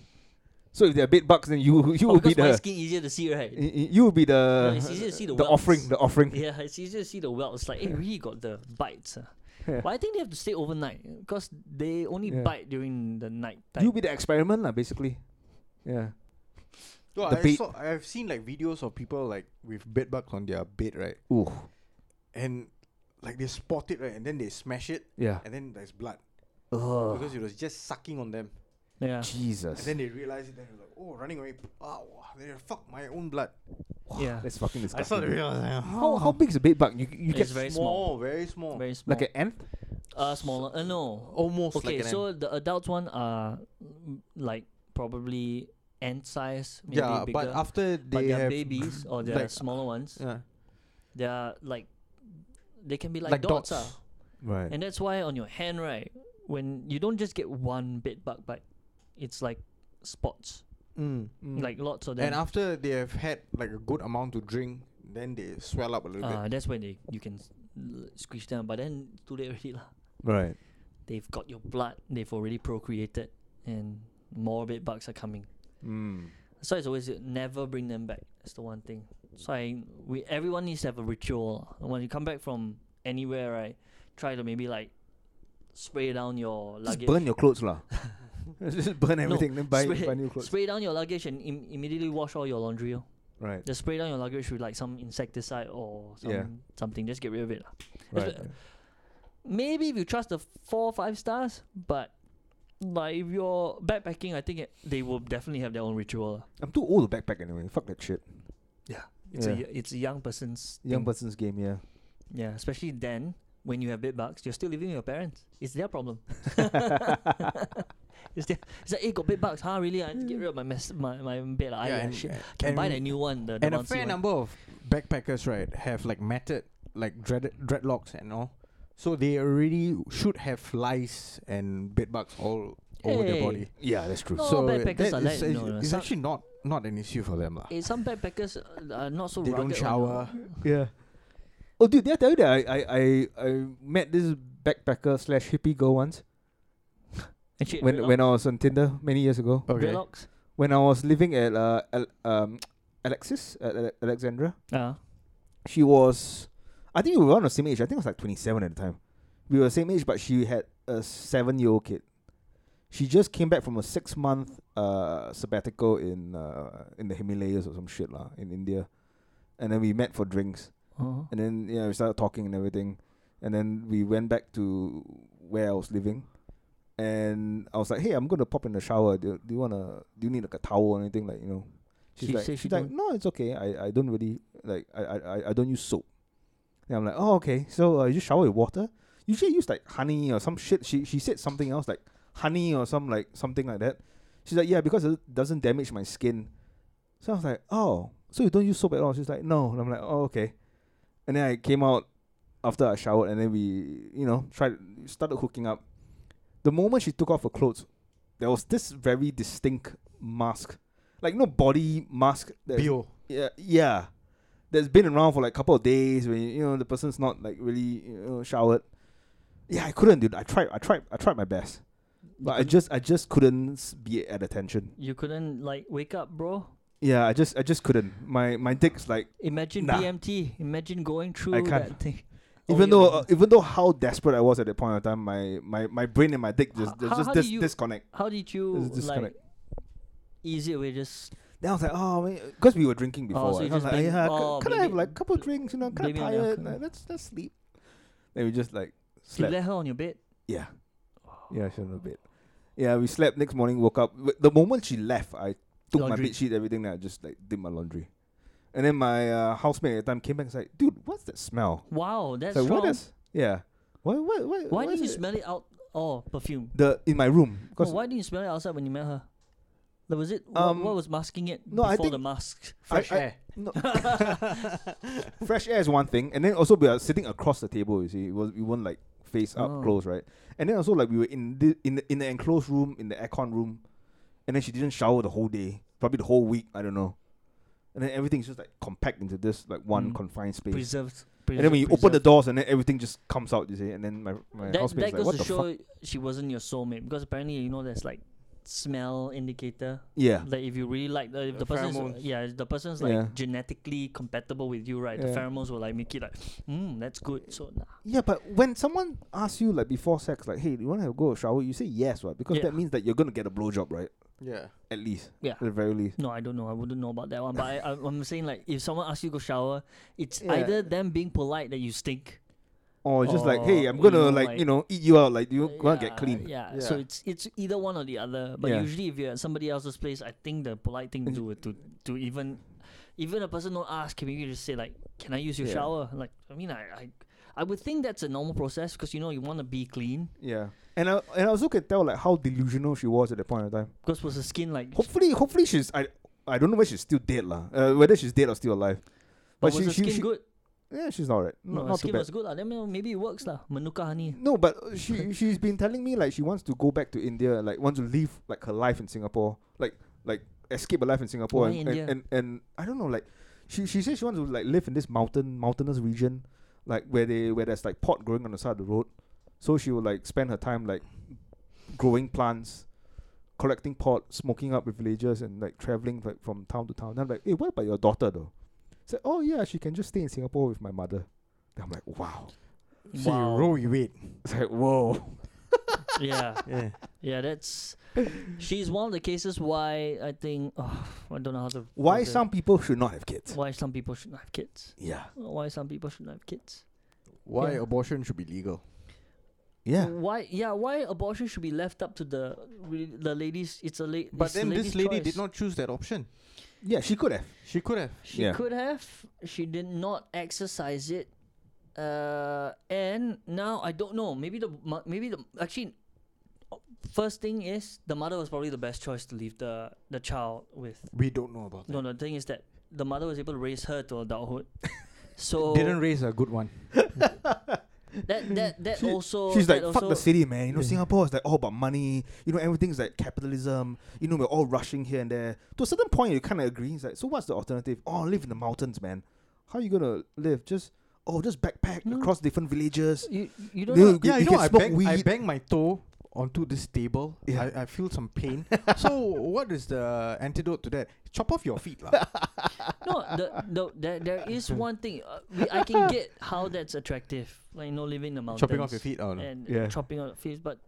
B: So if there are bed bugs, then you *laughs* you
C: Oh,
B: will be
C: because my
B: the
C: skin easier to see, right?
B: y- y- you will be the
C: No, it's easier to see the
B: the offering
C: welts.
B: the offering.
C: Yeah, it's easier to see the welts. Like, hey, really got the bites. ah.
B: Yeah.
C: But I think they have to stay overnight because they only
B: Yeah.
C: bite during the night time.
B: You be the experiment, lah, basically. Yeah.
A: No, I
B: The bait.
A: saw, I've seen like videos of people like with bed bugs on their bed, right?
B: Ooh.
A: And like they spot it, right? And then they smash it,
B: Yeah.
A: and then there's blood
B: Oh.
A: because it was just sucking on them.
C: yeah,
A: And
B: Jesus.
A: then they realize it, and they're like, oh, running away. Wow, they're like, fuck my own blood.
C: yeah.
B: That's fucking
A: I saw the
B: disgusting.
A: video. I was like, "Huh?"
B: How how big is a bed bug? You you get
C: It's very small.
A: small, very small,
C: Very small.
B: like an ant?
C: uh, smaller. Uh, no.
A: almost
C: Okay,
A: like an
C: so
A: ant.
C: the adult one are mm, like probably ant size, maybe
A: yeah,
C: bigger.
A: but after they
C: but
A: have
C: they're babies or they're
A: like-
C: smaller ones.
A: yeah,
C: They're like they can be like,
A: Like
C: dots,
A: dots.
C: ah.
B: Right.
C: and that's why on your hand, right, when you don't just get one bed bug bite, it's like spots,
A: mm.
C: like lots of
A: and
C: them.
A: after they have had like a good amount to drink, then they swell up a little bit.
C: uh, that's when they you can s- l- squish them, but then it's too late already lah.
B: Right.
C: They've got your blood. They've already procreated, and more bed bugs are coming.
B: Mm.
C: So it's always uh, never bring them back. That's the one thing. So I we everyone needs to have a ritual. When you come back from anywhere, right? Try to maybe like spray down your
B: Just
C: luggage.
B: burn your clothes
C: *laughs*
B: lah. *laughs* Just burn
C: No,
B: everything, then buy,
C: spray,
B: buy new clothes.
C: spray down your luggage and Im- immediately wash all your laundry. Oh.
B: Right.
C: Just spray down your luggage with like some insecticide or some,
B: Yeah.
C: something. Just get rid of it. lah.
B: right.
C: Espe- Maybe if you trust the four or five stars, but like if you're backpacking, I think it, they will definitely have their own ritual. lah.
B: I'm too old to backpack anyway. Fuck that shit.
C: Yeah, it's
B: Yeah.
C: a y- it's a young person's
B: Young
C: thing.
B: person's game, yeah.
C: Yeah, especially then when you have bed bugs, you're still living with your parents. It's
A: *laughs*
C: their problem. *laughs* it's their, it's like, hey, got bed bugs, huh? Really? I need to get rid of my mess, my, my bed. I
A: Yeah,
C: yeah,
A: and-
C: shit.
A: and-
C: Can buy
A: and-
C: the new one. The, the
A: and a
C: bouncy
A: fair
C: one.
A: number of backpackers, right, have like matted like dread dreadlocks and all. So they already should have lice and bed bugs all over their
C: Hey.
A: body.
B: Yeah, that's true.
C: No,
A: so
C: backpackers
A: that
C: are
A: is-
C: like-
A: is,
C: no, no,
A: it's
C: some-
A: actually not not an issue for them, lah.
C: Eh, some backpackers uh, are not so
A: They
C: rugged
A: don't
C: on
A: shower.
B: Yeah. Oh, dude, did I tell you that I I, I, I met this backpacker slash hippie girl once
C: And shit,
B: when when I was on Tinder many years ago.
A: Okay.
C: dreadlocks.
B: When I was living at uh Al- um Alexis at Ale- Alexandra,
C: Uh,
B: she was I think we were on the same age. I think I was like twenty seven at the time. We were the same age, but she had a seven year old kid. She just came back from a six month uh sabbatical in uh in the Himalayas or some shit lah in India, and then we met for drinks.
C: uh,
B: And then yeah, we started talking and everything. And then we went back to where I was living. And I was like, Hey, I'm gonna pop in the shower. Do, do you wanna do you need like a towel or anything? Like, you know. She's
C: She
B: like,
C: said she
B: she's like,
C: don't-
B: No, it's okay. I, I don't really like I, I, I- I don't use soap. And I'm like, Oh, okay. So uh, you just shower with water? Usually I use like honey or some shit. She she said something else like honey or some like something like that. She's like, Yeah, because it doesn't damage my skin. So I was like, Oh, so you don't use soap at all? She's like, No. And I'm like, Oh, okay. And then I came out after I showered, and then we, you know, tried started hooking up. The moment she took off her clothes, there was this very distinct mask, like no body mask. That's,
A: Bio.
B: yeah, yeah, that's been around for like a couple of days when you know the person's not like really you know, showered. Yeah, I couldn't, dude. I tried, I tried, I tried my best, but I just, I just couldn't s- be at attention.
C: you couldn't like wake up, bro.
B: Yeah, I just, I just couldn't. My, my dick's like.
C: Imagine
B: Nah.
C: BMT. Imagine going through
B: can't.
C: that thing. *laughs* Oh,
B: Even
C: yeah,
B: though,
C: yeah.
B: uh, even though how desperate I was at that point of time, my, my, my brain and my dick just
C: Ho-
B: there's
C: how-
B: just
C: how do
B: dis-
C: you-
B: disconnect.
C: how did you
B: There's
C: like?
B: disconnect.
C: Easy way, just
B: Then I was like, oh, because we were drinking before.
C: so
B: right?
C: you
B: I was like,
C: just blame-
B: yeah, c-
C: oh,
B: can I
C: blame
B: have
C: it-
B: like a couple of
C: bl-
B: drinks? You know, kind of
C: blame it on
B: tired.
C: alcohol.
B: Like, let's let's sleep. Then we just like
C: you
B: slept.
C: let her on your bed.
B: Yeah,
C: Oh.
B: yeah, she on the bed. Yeah, we slept. Next morning, woke up. W- The moment she left, I took my
C: Laundry.
B: bed sheet, everything. Then I just like did my laundry. And then my uh, housemate at the time came back and was like, dude, what's that smell?
C: Wow, that's
B: So what
C: strong.
B: is? Yeah. Why? Why? Why?
C: Why
B: why
C: did
B: is
C: you Oh,
B: it-
C: smell it out? Oh, perfume.
B: the in my room?
C: No,
B: Because
C: why didn't you smell it outside when you met her? Like, was it what,
B: Um,
C: what was masking it
B: no, I
C: before the
B: think-
C: mask?
A: Fresh air.
B: No.
C: *laughs*
B: *laughs* Fresh air is one thing, and then also we are sitting across the table. You see, it was we weren't like face up
C: Oh.
B: close, right? And then also like we were in the in the, in the enclosed room in the aircon room, and then she didn't shower the whole day, probably the whole week. I don't know. And then everything's just like compact into this like one
C: Mm.
B: confined space.
C: Preserved.
B: and then when you
C: preserved,
B: open the
C: preserved.
B: doors, and then everything just comes out. You see, and then my my
C: that,
B: housemate's
C: that
B: like,
C: goes
B: "What
C: to
B: the
C: show
B: fuck?"
C: she wasn't your soulmate because apparently you know there's like smell indicator.
B: Yeah,
C: Like if you really like the, if the person's
A: pheromones.
C: yeah if the person's like
B: Yeah.
C: genetically compatible with you right
B: Yeah.
C: the pheromones will like make it like mm that's good so nah.
B: yeah. But when someone asks you like before sex, like, "Hey, do you want to go shower?" You say yes, right? Because
C: Yeah.
B: that means that you're gonna get a blowjob, right?
A: Yeah.
B: At least,
C: Yeah.
B: at the very least.
C: No, I don't know. I wouldn't know about that one. But I, I, I'm saying like, if someone asks you to go shower, it's
B: Yeah.
C: either them being polite that you stink.
B: Or just like, hey,
C: Or,
B: I'm gonna
C: you know,
B: like,
C: like-
B: you know eat you out. Like do you
C: Uh,
B: want to
C: yeah,
B: get clean.
C: Yeah. So
A: Yeah.
C: it's it's either one or the other. But
B: Yeah.
C: usually, if you're at somebody else's place, I think the polite thing
B: *laughs*
C: to do would to to even even a person don't ask, can you just say like, can I use your
B: Yeah.
C: shower? Like, I mean, I. I I would think that's a normal process because you know you want to be clean.
B: Yeah. And I and I also can tell like how delusional she was at that point in time.
C: Because was the skin like?
B: Hopefully, hopefully she's I I don't know whether she's still dead lah. Uh, whether she's dead or still alive.
C: but was the skin good?
B: Yeah, she's all right.
C: No,
B: No,
C: her
B: not too
C: skin
B: bad.
C: was good lah. Then you know, maybe it works lah. Manuka honey.
B: No,
C: *laughs*
B: but uh, she she's been telling me like she wants to go back to India, like wants to leave like her life in Singapore, like like escape a life in Singapore,
C: Why
B: and,
C: India?
B: And, and and I don't know, like she she says she wants to like live in this mountain mountainous region, like where they where there's like pot growing on the side of the road, so she will like spend her time like growing plants, collecting pot, smoking up with villagers, and like traveling like from town to town. Then I'm like, hey, what about your daughter though? It's like, oh yeah, she can just stay in Singapore with my mother. Then I'm like, wow.
A: So
C: Wow.
A: you
B: *laughs*
A: roll your weight.
B: It's like, whoa.
C: yeah,
A: Yeah.
C: yeah. That's she's one of the cases why I think oh, I don't know how to
B: Why
C: put it.
B: some people should not have kids?
C: why some people shouldn't have kids.
B: Yeah.
C: Why some people shouldn't have kids.
A: Why
C: Yeah.
A: abortion should be legal?
B: Yeah.
C: Why? Yeah. Why abortion should be left up to the re- the ladies? It's a late.
A: But then this lady did not choose that option.
B: Yeah, she could have.
A: She could have.
C: She
B: Yeah.
C: could have. She did not exercise it. Uh, and now I don't know. Maybe the mo- maybe the actually first thing is the mother was probably the best choice to leave the the child with.
A: We don't know about that.
C: No, no. The thing is that the mother was able to raise her to adulthood. So
A: Didn't raise a good one.
C: that that that
B: She-
C: also
B: She's like,
C: that
B: fuck the
C: also-
B: city, man. You know, Singapore is like all about money. You know, everything's like capitalism. You know, we're all rushing here and there. To a certain point, you kind of agree. It's like, so what's the alternative? Oh, live in the mountains, man. How you going to live? Just, oh, just backpack
C: No.
B: across different villages.
C: You you don't
B: They-
C: know.
A: yeah,
B: you
A: you, know,
B: can
A: I
B: smoke
A: bang, I
B: weed.
A: bang my toe onto this table.
B: Yeah.
A: I, I feel some
B: *laughs*
A: pain. so what is the antidote to that? Chop off your feet,
B: *laughs*
A: lah.
C: no, the, the there, there is
A: *laughs*
C: one thing uh, we, I can get how that's attractive, like you know, living in the mountains,
A: Chopping off your feet, oh no.
C: and
B: Yeah.
C: chopping off feet. But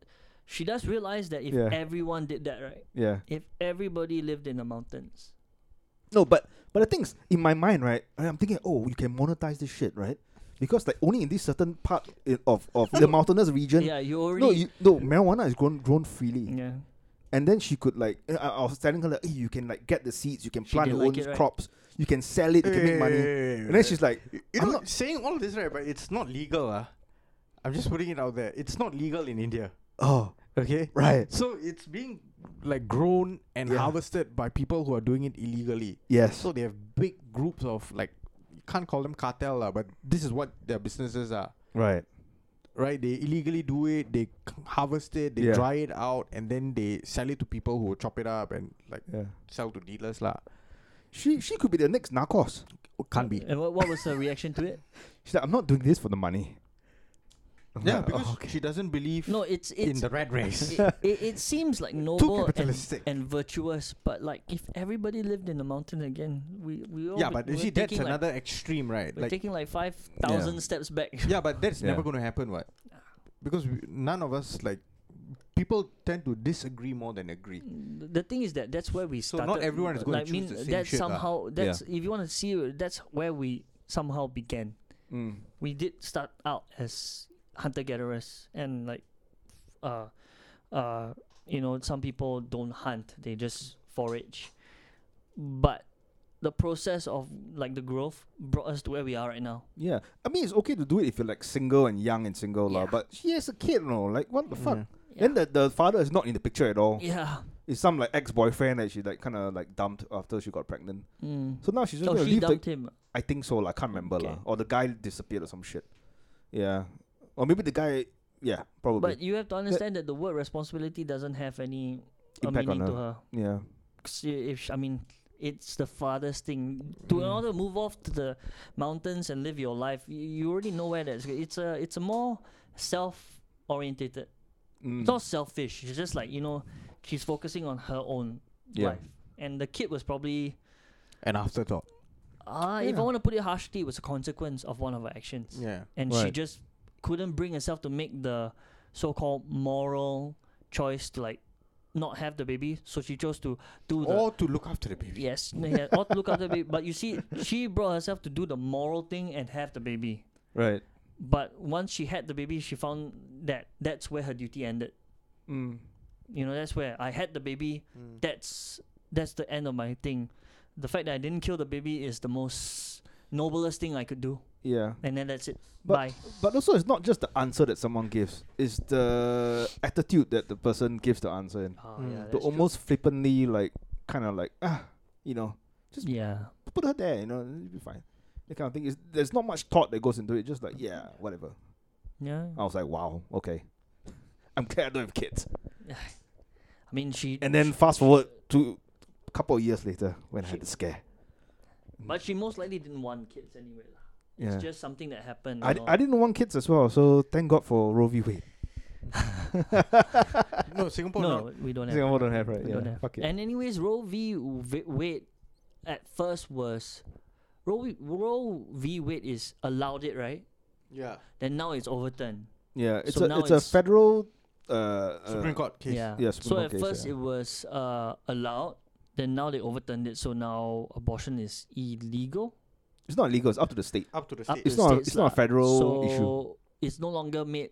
C: she does realize that if
B: Yeah.
C: everyone did that, right?
B: Yeah.
C: If everybody lived in the mountains,
B: No, but but the thing is, in my mind, right, I- I'm thinking, oh, you can monetize this shit, right? Because like only in this certain part i- of of the mountainous region,
C: yeah, you already,
B: no, you, no, marijuana is grown grown freely,
C: yeah,
B: and then she could like, eh, I, I was telling her like, hey, you can like get the seeds, you can
C: She
B: plant
C: didn't
B: your
C: like
B: own
C: it, right?
B: crops, you can sell it, you can make money, and then she's like,
A: you
B: I'm
A: know,
B: not-
A: saying all this right, but it's not legal, ah. I'm just putting it out there. It's not legal in India.
B: *laughs* oh,
A: Okay.
B: right,
A: So it's being like grown and
B: Yeah.
A: harvested by people who are doing it illegally.
B: yes,
A: So they have big groups of like you can't call them cartel, lah, but this is what their businesses are.
B: right,
A: Right? They illegally do it, they c- harvest it, they
B: Yeah.
A: dry it out, and then they sell it to people who chop it up and like
B: yeah.
A: sell to dealers
B: *laughs*
A: lah.
B: She she could be the next Narcos.
A: Can't be.
C: And what, what was her reaction to it?
B: She's like, I'm not doing this for the money. I'm
A: Yeah,
B: like,
A: because
B: "Oh, okay."
A: she doesn't believe
C: No, it's
A: in
C: it's
A: the rat race.
C: it, it, it seems like noble and,
A: capitalistic.
C: and virtuous, but like if everybody lived in the mountain again, we we
A: *laughs*
C: all
A: yeah,
C: be-
A: but you
C: we're
A: see, that's
C: taking, like,
A: another extreme, right?
C: We're
A: Like
C: taking like five thousand steps back.
A: Yeah, but that's never
B: Yeah.
A: going to happen, what? Because we, none of us like people tend to disagree more than agree.
C: Th- The thing is that that's where we
A: So
C: started.
A: not everyone is gonna
C: like, I
A: choose
C: mean,
A: the same
C: that's
A: shit lah.
C: somehow that's if you want to see it, that's where we somehow began.
B: Mm.
C: We did start out as hunter gatherers and like, uh, uh, you know, some people don't hunt; they just forage. But the process of like the growth brought us to where we are right now.
B: Yeah, I mean it's okay to do it if you're like single and young and single lah.
C: Yeah.
B: But she has a kid, no? Like what the fuck?
C: Yeah.
B: Then the, the father is not in the picture at all.
C: Yeah.
B: It's some like ex boyfriend that she like kind of like dumped after she got pregnant.
C: Mm.
B: So now she's just
C: Oh,
B: gonna
C: she
B: leave. The,
C: dumped him.
B: I think so. lah. I can't remember lah.
C: Okay.
B: Or the guy disappeared or some shit. Yeah, or maybe the guy. Yeah, probably.
C: But you have to understand that the word responsibility doesn't have any uh,
B: Impact on
C: meaning to
B: her.
C: her.
B: yeah,
C: 'Cause i- if sh- I mean, it's the farthest thing. To
B: Mm.
C: in order to move off to the mountains and live your life, you, you already know where that's. go- It's a it's a more self orientated.
B: Mm.
C: It's not selfish. She's just like you know, she's focusing on her own
B: Yeah.
C: life. And the kid was probably,
A: An afterthought.
C: ah, if I
B: Yeah.
C: want to put it harshly, it was a consequence of one of her actions
A: Yeah.
C: and she
B: Right.
C: just couldn't bring herself to make the so-called moral choice to like not have the baby so she chose to do the
A: Or to look after the baby.
C: yes no, yeah, or to look after the baby but you see she brought herself to do the moral thing and have the baby
B: right.
C: but once she had the baby she found that that's where her duty ended
B: Mm.
C: you know that's where i had the baby that's that's the end of my thing the fact that i didn't kill the baby is the most noblest thing i could do
B: Yeah,
C: and then that's it
B: But-
C: bye
B: but also it's not just the answer that someone gives; it's the attitude that the person gives Hmm. the answer in.
C: oh,
A: Mm. The
B: To
C: yeah, that's true.
B: almost flippantly, like kind of like ah, you know, just
C: yeah
B: put her there, you know, it'll be fine. That kind of thing. Is there's not much thought that goes into it. Just like yeah, whatever.
C: yeah
B: I was like, wow, okay. *laughs* I'm glad I don't have kids.
C: I mean, she.
B: And then fast forward to a couple of years later when I had the scare.
C: but she most likely didn't want kids anyway. lah.
B: Yeah.
C: It's just something that happened.
B: I,
C: you
B: d-
C: know.
B: I didn't want kids as well, so thank God for Roe v. Wade.
A: No, Singapore.
C: no,
A: not.
C: we don't have.
B: Singapore don't have right.
C: We
B: Yeah,
C: don't have.
B: fuck it.
C: And anyways, Roe v. V- Wade at first was Roe v. Roe v. Wade is allowed it right.
A: Yeah.
C: Then now it's overturned.
B: yeah, it's
C: so
B: a
C: now
B: it's, a
C: it's-
B: federal uh,
A: Supreme
B: uh,
A: Court case.
C: Yeah.
B: yeah, Supreme
C: so
B: Court
C: at
B: case,
C: first
B: yeah.
C: it was uh allowed. Then now they overturned it. So now abortion is illegal.
B: It's not legal. It's up to the state.
A: Up to the
C: Up
A: state.
B: Uh,
C: to
B: It's
C: the
B: not a-
C: states
B: it's not a
C: lah.
B: federal
C: so
B: issue.
C: It's no longer made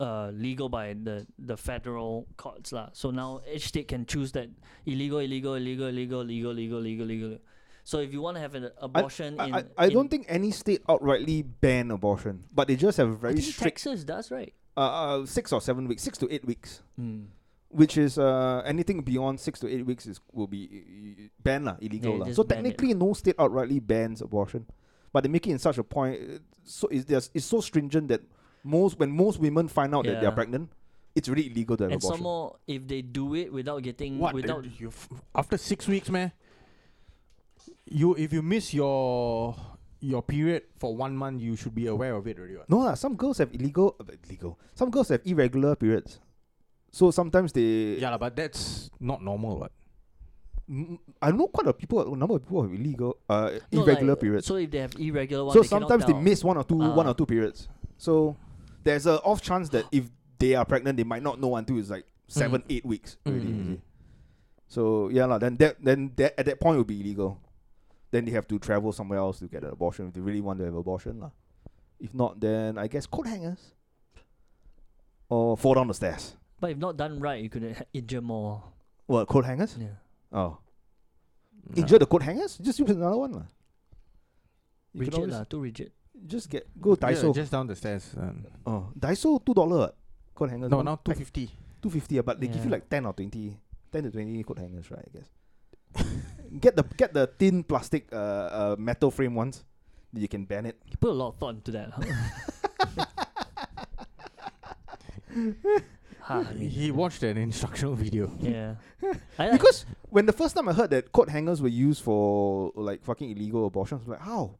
C: uh legal by the the federal courts lah. So now each state can choose that illegal, illegal, illegal, illegal, legal, legal, legal, legal. So if you want to have an
B: I-
C: abortion
B: I,
C: in,
B: I, I
C: in-
B: don't think any state outrightly ban abortion, but they just have
C: I
B: very
C: think
B: strict
C: Texas does right.
B: uh, uh, six or seven weeks, six to eight weeks,
C: Mm.
B: which is uh, anything beyond six to eight weeks is will be uh, banned lah, illegal
C: Yeah,
B: lah.
C: just
B: So
C: ban it.
B: technically, no state outrightly bans abortion, but they make it in such a point. uh, So it's there's- it's so stringent that most when most women find out that they are
C: Yeah.
B: pregnant, it's really illegal to have
C: And
B: abortion.
C: some more, if they do it without getting
A: What? the-
C: without
A: you f- after six weeks, man. You if you miss your your period for one month, you should be aware of it already. What?
B: No lah, some girls have illegal, uh, illegal. Some girls have irregular periods, so sometimes they.
A: Yeah, lah, but that's not normal. What?
B: Mm, I know quite a people, a number of people have illegal, uh,
C: no,
B: irregular
C: like,
B: periods. So,
C: So if they have irregular ones, they cannot
B: sometimes they
C: tell.
B: miss one or two, one
C: Ah.
B: or two periods. So there's a off chance that if they are pregnant, they might not know until it's like
C: Mm.
B: seven, eight weeks. Already, you
A: Mm.
B: see. So yeah lah. Then that, then that at that point will be illegal. Then they have to travel somewhere else to get an abortion if they really want to have abortion lah. If not, then I guess coat hangers or fall down the stairs.
C: But if not done right, you could *laughs* ha- injure more.
B: What coat hangers?
C: Yeah.
B: Oh, injure the coat hangers. Just use another one lah. You can
C: Rigid
B: always-
C: lah, too rigid.
B: Just get go Daiso.
A: Yeah, just down the stairs. um,
B: oh, Daiso two dollar coat hanger.
A: no, now two fifty.
B: two fifty. Yeah, but they give you
C: Yeah.
B: like ten or twenty, ten to twenty coat hangers, right? I guess. *laughs* get the get the thin plastic uh, uh metal frame ones. that You can ban it.
C: You put a lot of thought
A: *laughs*
C: into that. huh? ha, I mean,
A: He watched an *laughs* instructional video.
C: yeah. I like-
B: Because when the first time I heard that coat hangers were used for like fucking illegal abortions, I was like how?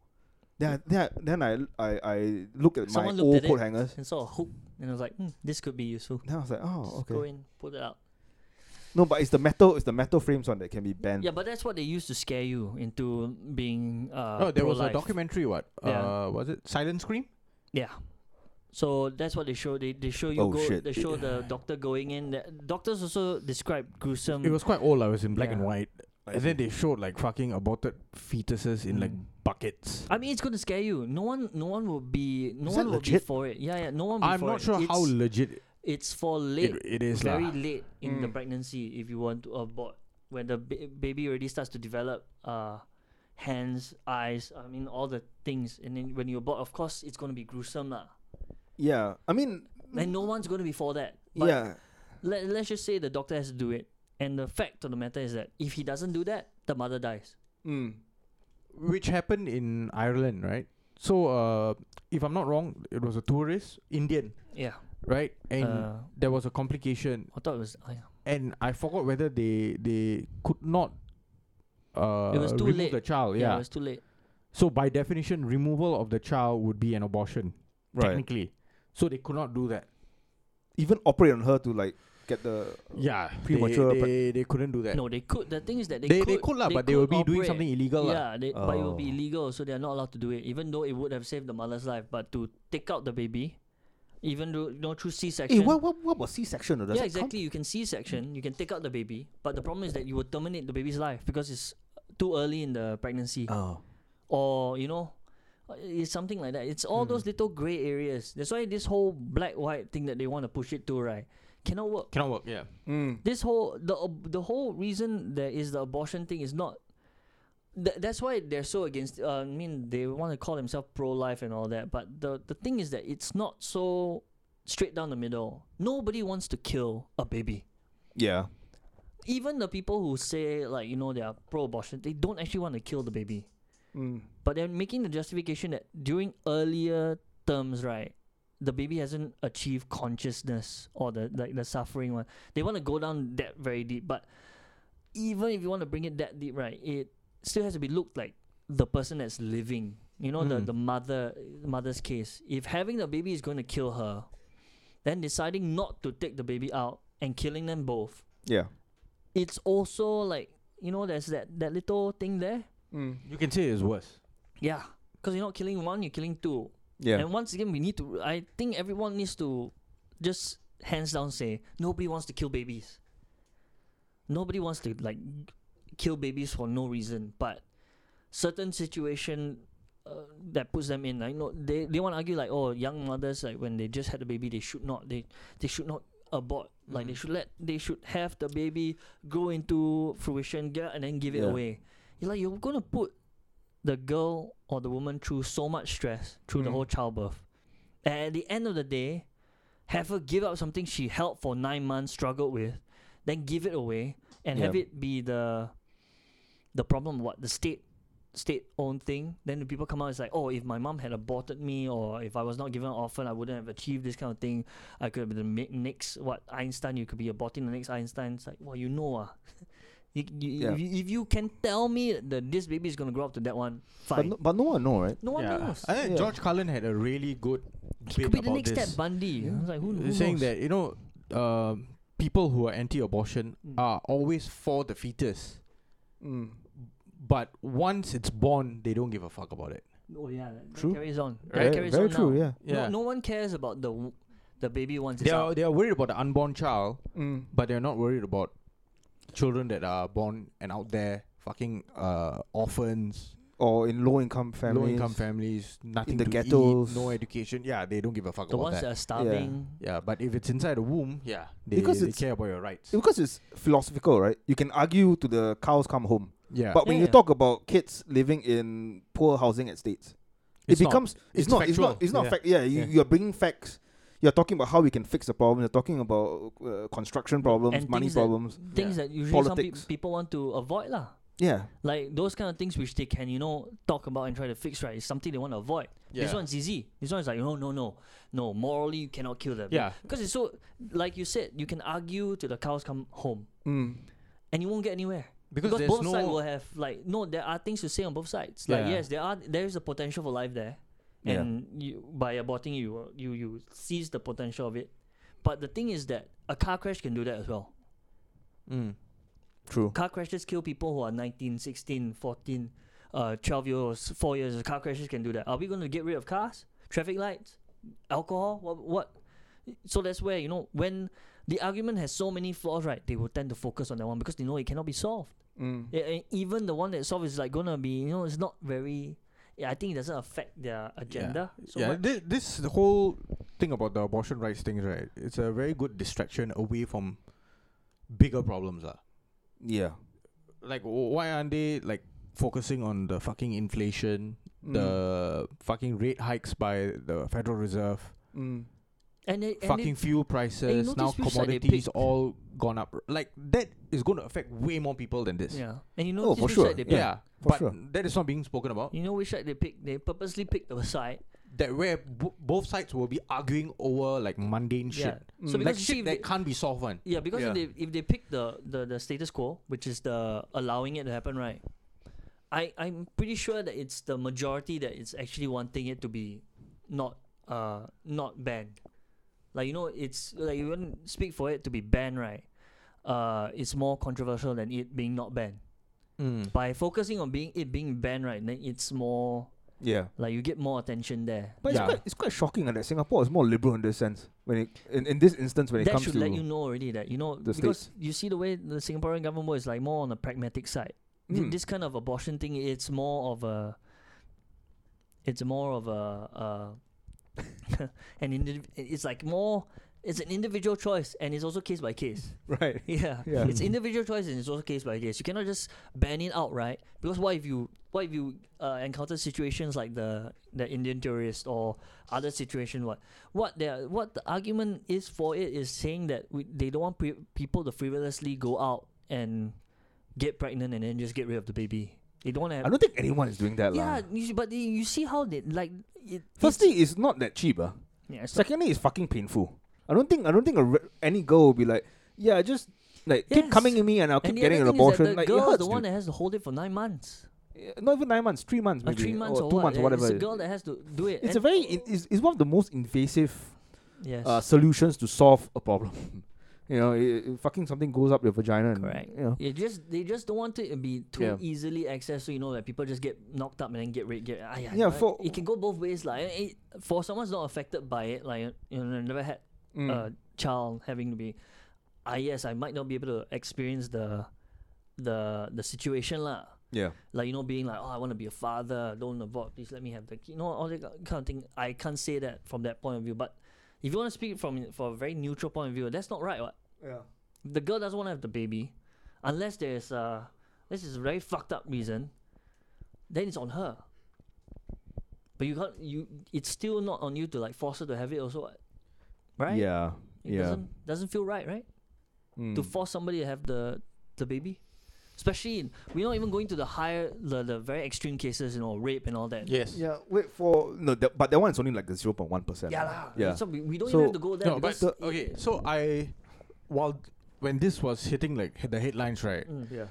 B: Then I, then I, then I, I, I looked at
C: someone
B: my
C: looked
B: old
C: at
B: coat
C: it
B: hangers.
C: and saw a hook, and I was like, hmm, this could be useful.
B: Then I was like, oh,
C: Just Go
B: okay.
C: in, pull it out.
B: No, but it's the metal, it's the metal frames one that can be banned.
C: Yeah, but that's what they use to scare you into being. Uh,
A: oh, there was a
C: pro-life.
A: documentary. What?
C: Yeah.
A: Uh, was it Silent Scream?
C: Yeah. So that's what they show. They, they show you
B: Oh,
C: go.
B: shit.
C: They show the doctor going in. The doctors also describe gruesome.
A: It was quite old. I was in black and
C: Mm. Yeah.
A: white, and then they showed like fucking aborted fetuses in like buckets.
C: Mm. I mean, it's gonna scare you. No one, no one will be. No
B: Is
C: one
B: that
C: will be
B: legit?
C: for it. Yeah, yeah. No one. Will be
A: I'm
C: for
A: not
C: it.
A: sure
C: it's,
A: how legit
C: It's for late.
A: it, it is. lah.
C: very late in the pregnancy if you want to abort when the ba- baby already starts to develop uh hands eyes i mean all the things and then when you abort of course it's going to be gruesome lah.
B: yeah. I mean,
C: and no one's going to be for that But
B: yeah.
C: let, let's just say the doctor has to do it and the fact of the matter is that if he doesn't do that the mother dies
B: Mm.
A: which happened in Ireland, right? So, uh, if I'm not wrong, it was a tourist, Indian,
C: yeah
A: right? And
C: Uh,
A: there was a complication,
C: i thought it was uh, I
A: and I forgot whether they they could not. Uh,
C: was too
A: remove
C: late.
A: the child.
C: yeah
A: Yeah.
C: it was too late
A: so by definition, removal of the child would be an abortion,
B: Right.
A: technically. So they could not do that.
B: Even operate on her to like get the
A: Yeah,
B: Premature
A: They,
B: pre-
A: they, they couldn't do that.
C: no they could the thing is that they
A: they Eh. they
C: could
A: could, lah, but they
C: could
A: will be doing
C: operate.
A: something illegal lah.
C: Yeah, they, but it will be
B: Oh.
C: illegal, so they are not allowed to do it, even though it would have saved the mother's life. But to take out the baby, even though you know through
B: Hey, Eh,
C: C-section.
B: what what what was C section? Does
C: yeah,
B: it count?
C: exactly. You can C-section, you can take out the baby, but the problem is that you will terminate the baby's life because it's too early in the pregnancy,
B: Oh.
C: or you know, uh, it's something like that. It's
B: Mm-hmm.
C: all those little gray areas. That's why this whole black-white thing that they want to push it to, right, cannot work
A: Cannot work. Yeah.
B: Mm.
C: this whole the ab- the whole reason there is the abortion thing is not th- that's why they're so against uh, I mean they want to call themselves pro life and all that but the the thing is that it's not so straight down the middle nobody wants to kill a baby
B: Yeah.
C: even the people who say like you know they are pro abortion they don't actually want to kill the baby
B: Mm.
C: but they're making the justification that during earlier terms, right, the baby hasn't achieved consciousness or the like the suffering one. They want to go down that very deep, but even if you want to bring it that deep, right, it still has to be looked like the person that's living. You know, the
A: Mm.
C: the mother mother's case. If having the baby is going to kill her, then deciding not to take the baby out and killing them both.
B: Yeah.
C: It's also like you know, there's that that little thing there.
A: You can say it's worse.
C: Yeah, because you're not killing one, you're killing two.
B: Yeah.
C: And once again, we need to. I think everyone needs to just hands down say nobody wants to kill babies. Nobody wants to like kill babies for no reason, but certain situation uh, that puts them in like no, they they want to argue like oh young mothers like when they just had a baby they should not they they should not abort like
B: Mm.
C: they should let they should have the baby grow into fruition get and then give it
B: Yeah.
C: away. You're like you're gonna put the girl or the woman through so much stress through
B: Mm.
C: the whole childbirth. And at the end of the day, have her give up something she held for nine months, struggled with, then give it away, and have
B: Yeah.
C: it be the the problem of what the state state owned thing. Then the people come out it's like, oh, if my mom had aborted me, or if I was not given an orphan, I wouldn't have achieved this kind of thing. I could be the mi- next what Einstein. You could be aborting the next Einstein. It's like, well, you know, ah. *laughs* You, you,
B: Yeah.
C: if, you, if you can tell me that this baby is gonna grow up to that one,
B: But
C: fine.
B: no, but no one know, right?
C: No one
A: Yeah.
C: knows.
A: I think
B: Yeah.
A: George Carlin had a really good
C: It
A: bit
C: could be the
A: about
C: next
A: this.
C: step, Bundy. I was like, who, who
A: saying
C: knows?
A: that you know, um, people who are anti-abortion are always for the fetus,
B: Mm.
A: but once it's born, they don't give a fuck about it.
C: Oh yeah, that, that
B: True.
C: carries on. That
A: Right?
C: carries
B: Very
C: on
B: true.
C: now.
B: Yeah.
A: Yeah.
C: No, no one cares about the w- the baby once
A: They
C: it's
A: are
C: out.
A: they are worried about the unborn child,
B: Mm.
A: but they're not worried about children that are born and out there, fucking uh, orphans,
B: Or in low-income families.
A: low-income families, nothing
B: the
A: to eat,
B: ghettos.
A: no education. Yeah, they don't give a fuck
C: The
A: about
C: ones that,
A: that.
C: are starving.
A: Yeah, but if it's inside a womb, yeah, they,
B: Because
A: they
B: it's-
A: care about your rights.
B: Because it's philosophical, right? You can argue to the cows come home,
A: Yeah,
B: but when
C: Yeah,
B: you
C: yeah.
B: talk about kids living in poor housing estates,
A: It's
B: it
A: not.
B: becomes it's,
A: It's
B: not it's not
A: factual.
B: it's not
A: Yeah.
B: fact. Yeah, you,
A: Yeah.
B: you're bringing facts. You're talking about how we can fix the problem. You're talking about uh, construction problems,
C: And
B: money
C: things that-
B: problems.
C: Things
A: Yeah.
C: that usually some
B: Politics.
C: peop people want to avoid lah.
B: yeah,
C: Like those kind of things which they can you know talk about and try to fix right is something they want to avoid. This
A: Yeah.
C: one's easy. This one's like no no no no morally you cannot kill them.
A: Yeah.
C: Because it's so like you said you can argue till the cows come home
B: mm.
C: and you won't get anywhere.
A: Because there's
C: both sides
A: no-
C: will have like no, there are things to say on both sides. Like
A: Yeah.
C: yes, there are there is a potential for life there,
B: Yeah.
C: and you by aborting you you you seize the potential of it. But the thing is that a car crash can do that as well.
A: Mm.
B: true.
C: Car crashes kill people who are 19, 16, 14, uh, 12 years, olds, 4 years. Car crashes can do that. Are we going to get rid of cars, traffic lights, alcohol? What? what? So that's where, you know, when the argument has so many flaws, right, they will tend to focus on that one because they know it cannot be solved.
B: Mm.
C: Yeah, and even the one that's solved is like gonna be, you know, it's not very. Yeah, I think it doesn't affect their agenda.
A: Yeah,
C: So
A: yeah.
C: much.
A: This, this the whole thing about the abortion rights thing, right? It's a very good distraction away from bigger problems, lah.
B: Yeah,
A: Like, wh- why aren't they like focusing on the fucking inflation,
C: Mm.
A: the fucking rate hikes by the Federal Reserve,
B: Mm.
C: and they, and
A: fucking
C: they,
A: fuel prices,
C: notice
A: now
C: which side they
A: commodities
C: picked.
A: all gone up. Like that is going to affect way more people than this.
C: yeah, and you know
B: Oh,
C: this
B: for
C: which
B: sure,
C: side they
A: Yeah,
C: pick.
B: for
A: but
B: sure.
A: that is not being spoken about.
C: You know which side they pick. They purposely pick the *laughs* side.
A: That where bo- both sides will be arguing over like mundane shit,
C: Yeah.
A: Mm.
C: So because
A: like
C: you see
A: shit
C: if
A: that
C: they-
A: can't be solved one.
C: Yeah, because
B: Yeah.
C: if they if they pick the, the the status quo, which is the allowing it to happen, right? I I'm pretty sure that it's the majority that is actually wanting it to be not uh not banned. Like you know, it's like you wouldn't speak for it to be banned, right? Uh, it's more controversial than it being not banned.
B: Mm.
C: By focusing on being it being banned, right? Then it's more
B: yeah.
C: like you get more attention there.
B: But
A: Yeah.
B: it's quite it's quite shocking uh, that Singapore is more liberal in this sense when it in, in this instance when it
C: that
B: comes
C: should
B: to
C: let you know already that you know
B: the
C: because
B: states.
C: you see the way the Singaporean government is like more on the pragmatic side. Th-
B: Mm.
C: this kind of abortion thing, it's more of a, it's more of a, uh, *laughs* an indiv- it's like more, it's an individual choice and it's also case by case.
B: right.
C: Yeah.
B: Yeah.
C: It's individual choice and it's also case by case. You cannot just ban it outright because what if you what if you uh, encounter situations like the the Indian tourist or other situation what what the what the argument is for it is saying that we, they don't want pre- people to frivolously go out and get pregnant and then just get rid of the baby. They don't want to
B: I
C: have
B: don't think anyone is doing that. lah.
C: yeah, you see, but you see how they like. It,
B: Firstly, it's not that cheap. Uh.
C: it's, yeah, it's not-
B: Secondly, it's fucking painful. I don't think I don't think a re- any girl will be like, yeah, just like keep
C: Yes.
B: coming at me and I'll keep
C: and the
B: getting an
C: other thing is that
B: abortion.
C: The
B: Like it
C: girl is
B: hurts.
C: the one
B: dude.
C: that has to hold it for nine months.
B: Yeah, Not even nine months, three months
C: Or
B: maybe,
C: Oh, three months
B: or,
C: or
B: two
C: what?
B: months,
C: Uh,
B: whatever.
C: It's a girl that has to do it.
B: It's a
C: and-
B: very it- it's, it's one of the most invasive
C: Yes.
B: uh, solutions to solve a problem. *laughs* you know, i i- fucking something goes up your vagina. and,
C: Correct.
B: You know,
C: Yeah, just they just don't want it to be too
B: Yeah.
C: easily accessed. So you know that people just get knocked up and then get raped. Get ah, yeah,
B: Yeah,
C: right.
B: for-
C: it can go both ways. Like it, for someone who's not affected by it, like you know, I never had
B: Mm.
C: a child having to be. Ah, yes, I might not be able to experience the, the the situation lah.
B: yeah.
C: Like you know, being like, oh, I want to be a father. Don't abort. Please let me have the kid. You know, all that kind of thing. I can't say that from that point of view. But if you want to speak from for a very neutral point of view, that's not right. What?
B: Yeah.
C: the girl doesn't want to have the baby, unless there's uh this is a very fucked up reason, then it's on her. But you can't you it's still not on you to like force her to have it also what? Right?
B: Yeah.
C: It
B: yeah. Hmm.
C: doesn't doesn't feel right, right? To force somebody to have the the baby. Especially in, we're not even going to the higher the, the very extreme cases, you know, rape and all that.
A: Yes.
B: Yeah. Wait for no, that, but that one is only like the zero point one percent.
C: Yeah, lah.
B: Yeah.
C: So we, we don't
B: So-
C: even have to go there.
A: No, but
C: because it-
A: okay. So I, while when this was hitting like hit the headlines, right?
B: Mm, Yeah.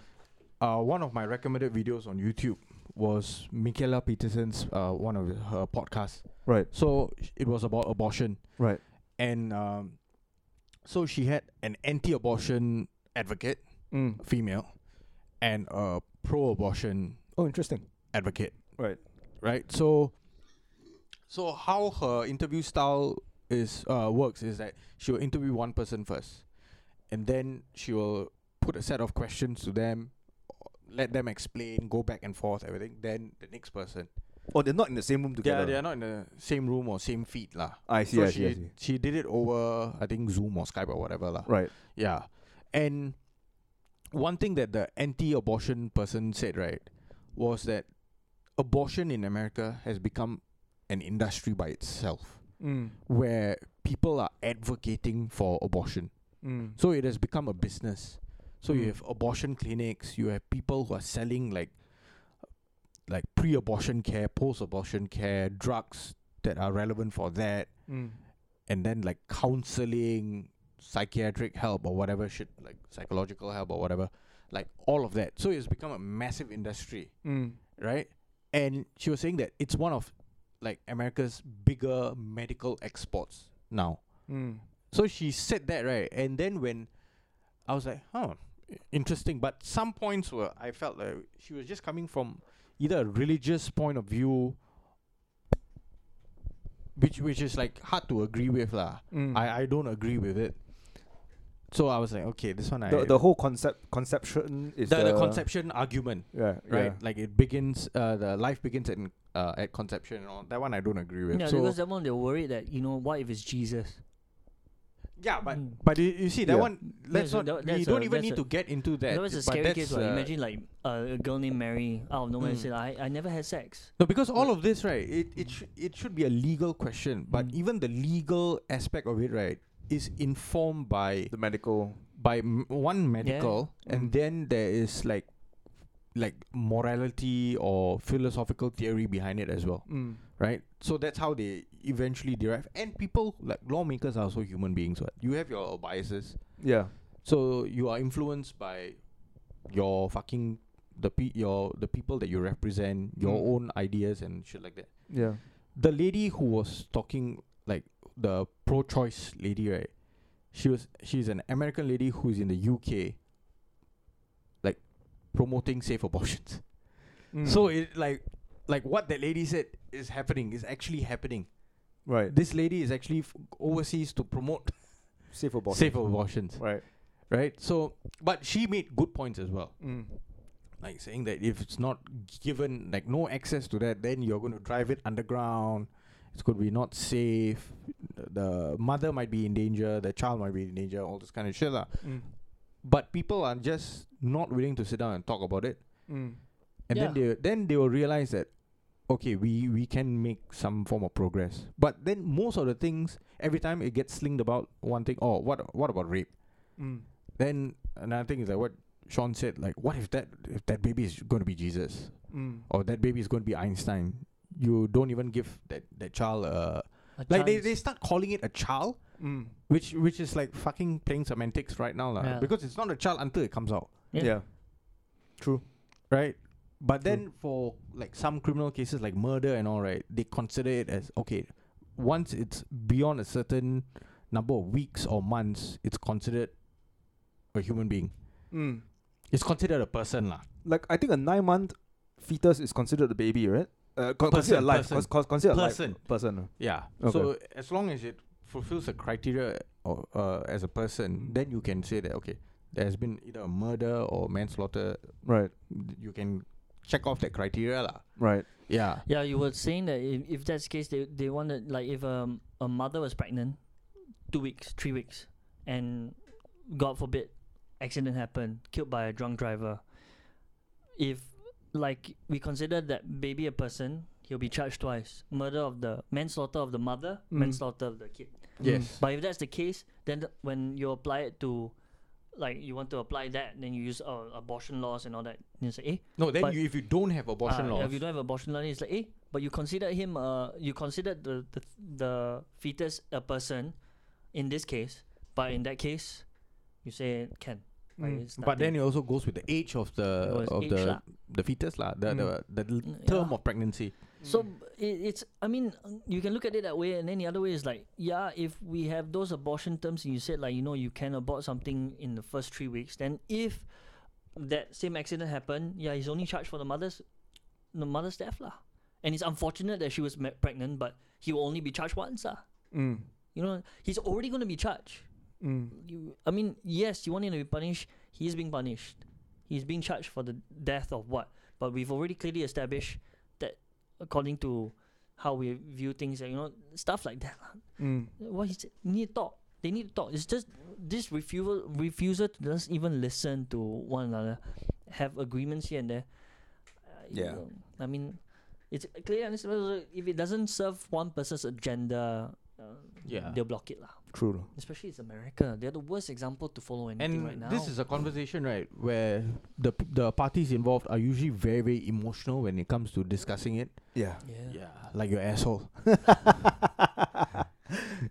A: Uh, one of my recommended videos on YouTube was Michaela Peterson's uh one of her podcasts.
B: Right.
A: So sh- it was about abortion,
B: Right.
A: and um, so she had an anti-abortion advocate,
B: Mm.
A: female, and a pro-abortion
B: Oh, interesting.
A: advocate.
B: Right.
A: right? So, so how her interview style is uh, works is that she will interview one person first, and then she will put a set of questions to them, let them explain, go back and forth, everything. Then the next person.
B: Oh, they're not in the same room together.
A: Yeah, they are not in the same room or same feed lah.
B: I see.
A: So
B: I
A: she
B: see. I see.
A: she did it over I think Zoom or Skype or whatever lah.
B: Right.
A: Yeah. And one thing that the anti abortion person said, right, was that abortion in America has become an industry by itself
B: Mm.
A: where people are advocating for abortion.
B: Mm.
A: So it has become a business. So you
B: Mm.
A: have abortion clinics, you have people who are selling like like pre-abortion care, post-abortion care, drugs that are relevant for that
B: Mm.
A: and then like counseling, psychiatric help or whatever shit, like psychological help or whatever, like all of that. So it's become a massive industry,
B: Mm.
A: right? And she was saying that it's one of like America's bigger medical exports now.
B: Mm.
A: So she said that, right? And then when I was like, huh, i- interesting. But some points were, I felt like she was just coming from either a religious point of view, which which is like hard to agree with, lah.
B: Mm.
A: I, I don't agree with it. So I was like, okay, this one I
B: The, the whole concept conception is
A: the, the conception argument,
B: Yeah.
A: right? Like it begins, uh, the life begins at uh, at conception. And all. That one I don't agree with.
C: yeah,
A: so
C: because that one they're worried that, you know, what if it's Jesus?
A: yeah, but
C: Mm.
A: but you, you see that
B: Yeah.
A: one. Let's
C: a-
A: not.
C: that-
A: we
C: that's
A: don't
C: a-
A: even
C: that's
A: need
C: a-
A: to get into that.
C: That was a
A: but
C: scary case.
A: that's,
C: Right?
A: uh,
C: Imagine like a a girl named Mary out of nowhere
A: Mm.
C: said, "I I never had sex."
A: No, because all of this, right? It it sh- it should be a legal question, but
C: Mm.
A: even the legal aspect of it, right, is informed by
B: the medical.
A: by m- one medical, and
C: Hmm.
B: Mm.
A: then there is like like morality or philosophical theory behind it as well,
B: Mm.
A: right? So that's how they eventually derive. And people like lawmakers are also human beings. What you have your biases,
B: Yeah.
A: so you are influenced by your fucking the pe- your the people that you represent, your
B: Mm.
A: own ideas and shit like that
B: Yeah.
A: the lady who was talking like the pro-choice lady right she was she's an american lady who's in the uk like promoting safe abortions
B: Hmm. Mm.
A: so it like like what that lady said is happening is actually happening
B: right.
A: this lady is actually f- overseas to promote
B: Safe abortion.
A: safe abortions
B: Right.
A: right so but she made good points as well
B: Mm.
A: like saying that if it's not given like no access to that then you're going to drive it underground it's going to be not safe the mother might be in danger the child might be in danger all this kind of shit lah.
B: Mm.
A: but people are just not willing to sit down and talk about it
B: Mm.
A: and then they then they will realize that okay we we can make some form of progress but then most of the things every time it gets slinged about one thing oh what what about rape
B: Mm.
A: then another thing is like what Sean said like what if that if that baby is going to be Jesus
B: Mm.
A: or that baby is going to be Einstein. You don't even give that, that child a
C: A
A: like they,
C: chance.
A: they start calling it a child,
B: Mm.
A: which which is like fucking playing semantics right now, lah.
C: Yeah.
A: Because it's not a child until it comes out,
C: Yeah.
B: True.
A: right? But then for like some criminal cases like murder and all, right, they consider it as okay, once it's beyond a certain number of weeks or months, it's considered a human being.
B: Mm.
A: It's considered a person, lah.
B: Like I think a nine month fetus is considered a baby, right? Uh, con-
A: Person,
B: considered alive.
A: person.
B: Cons- cons- considered alive.
A: Person.
B: Person. uh.
A: Yeah.
B: Okay.
A: So as long as it fulfills the criteria or, uh, as a person, then you can say that okay, there has been either a murder or manslaughter.
B: Right.
A: You can check off that criteria, lah.
B: Right.
A: Yeah.
C: Yeah, you were saying that if, if that's the case, they they wanted like if um, a mother was pregnant, two weeks, three weeks, and God forbid, accident happened, killed by a drunk driver. If like we consider that baby a person, he'll be charged twice: murder of the manslaughter of the mother,
B: Mm.
C: manslaughter of the kid.
A: Yes.
C: But if that's the case, then th- when you apply it to, like you want to apply that, then you use uh, abortion laws and all that. And you say, eh,
A: No. Then
C: but-
A: you, if you don't have abortion
C: Ah,
A: laws,
C: If you don't have abortion law, it's like, eh, but you consider him, uh, you consider the, the the fetus a person, in this case. But in that case, you say it can. Like,
B: Mm.
C: it's
A: but then
C: nothing.
A: it also goes with the age of
C: It
A: the
C: was
A: of
C: age
A: the
C: lah.
A: the fetus, lah. The
B: Mm.
A: the, the l-
C: Mm,
A: term
C: yeah.
A: of pregnancy.
C: so it, it's. I mean, um, you can look at it that way, and then the other way is like, yeah, if we have those abortion terms, and you said like, you know, you can abort something in the first three weeks. Then if that same accident happened, yeah, he's only charged for the mother's the mother's death lah. And it's unfortunate that she was ma- pregnant, but he will only be charged once lah.
B: Mm.
C: You know, he's already going to be charged.
B: Mm.
C: You, I mean, yes, you want him to be punished. He's being punished. He's being charged for the death of what? But we've already clearly established that, according to how we view things, and you know, stuff like that.
B: Mm.
C: What he said, need to talk. They need to talk. It's just this refusal, refusal to just even listen to one another, have agreements here and there. Uh, you
B: Yeah.
C: know, I mean, it's clear. and it's- If it doesn't serve one person's agenda, uh,
A: Yeah.
C: they'll block it lah
B: True. though.
C: especially it's America. They're the worst example to follow anything
A: And
C: right now.
A: this is a conversation, right, where the p- the parties involved are usually very very emotional when it comes to discussing it.
B: Yeah.
C: yeah.
A: Yeah, like your asshole. *laughs*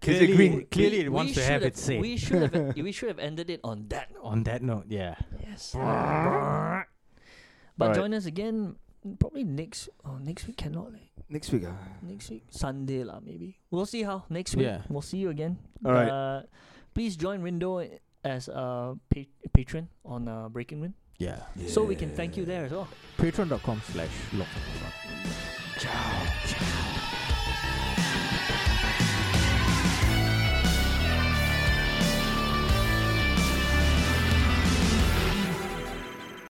B: Is it green?
A: clearly
C: We-
A: it
C: we
A: wants to
C: should
A: have its say.
C: We
A: *laughs*
C: should have. we should have ended it on that. note.
A: On that note, yeah.
C: Yes. but
B: Alright.
C: join us again probably next. Oh, next week cannot. Like,
B: Next week. Uh.
C: next week Sunday lah maybe. We'll see how next week.
A: Yeah.
C: We'll see you again.
B: Alright.
C: Uh, please join Rindo as a pa- patron on uh, Breaking Wind,
A: Yeah.
C: so we can thank you there as well.
A: Patreon.com slash lock.
C: Ciao. Ciao.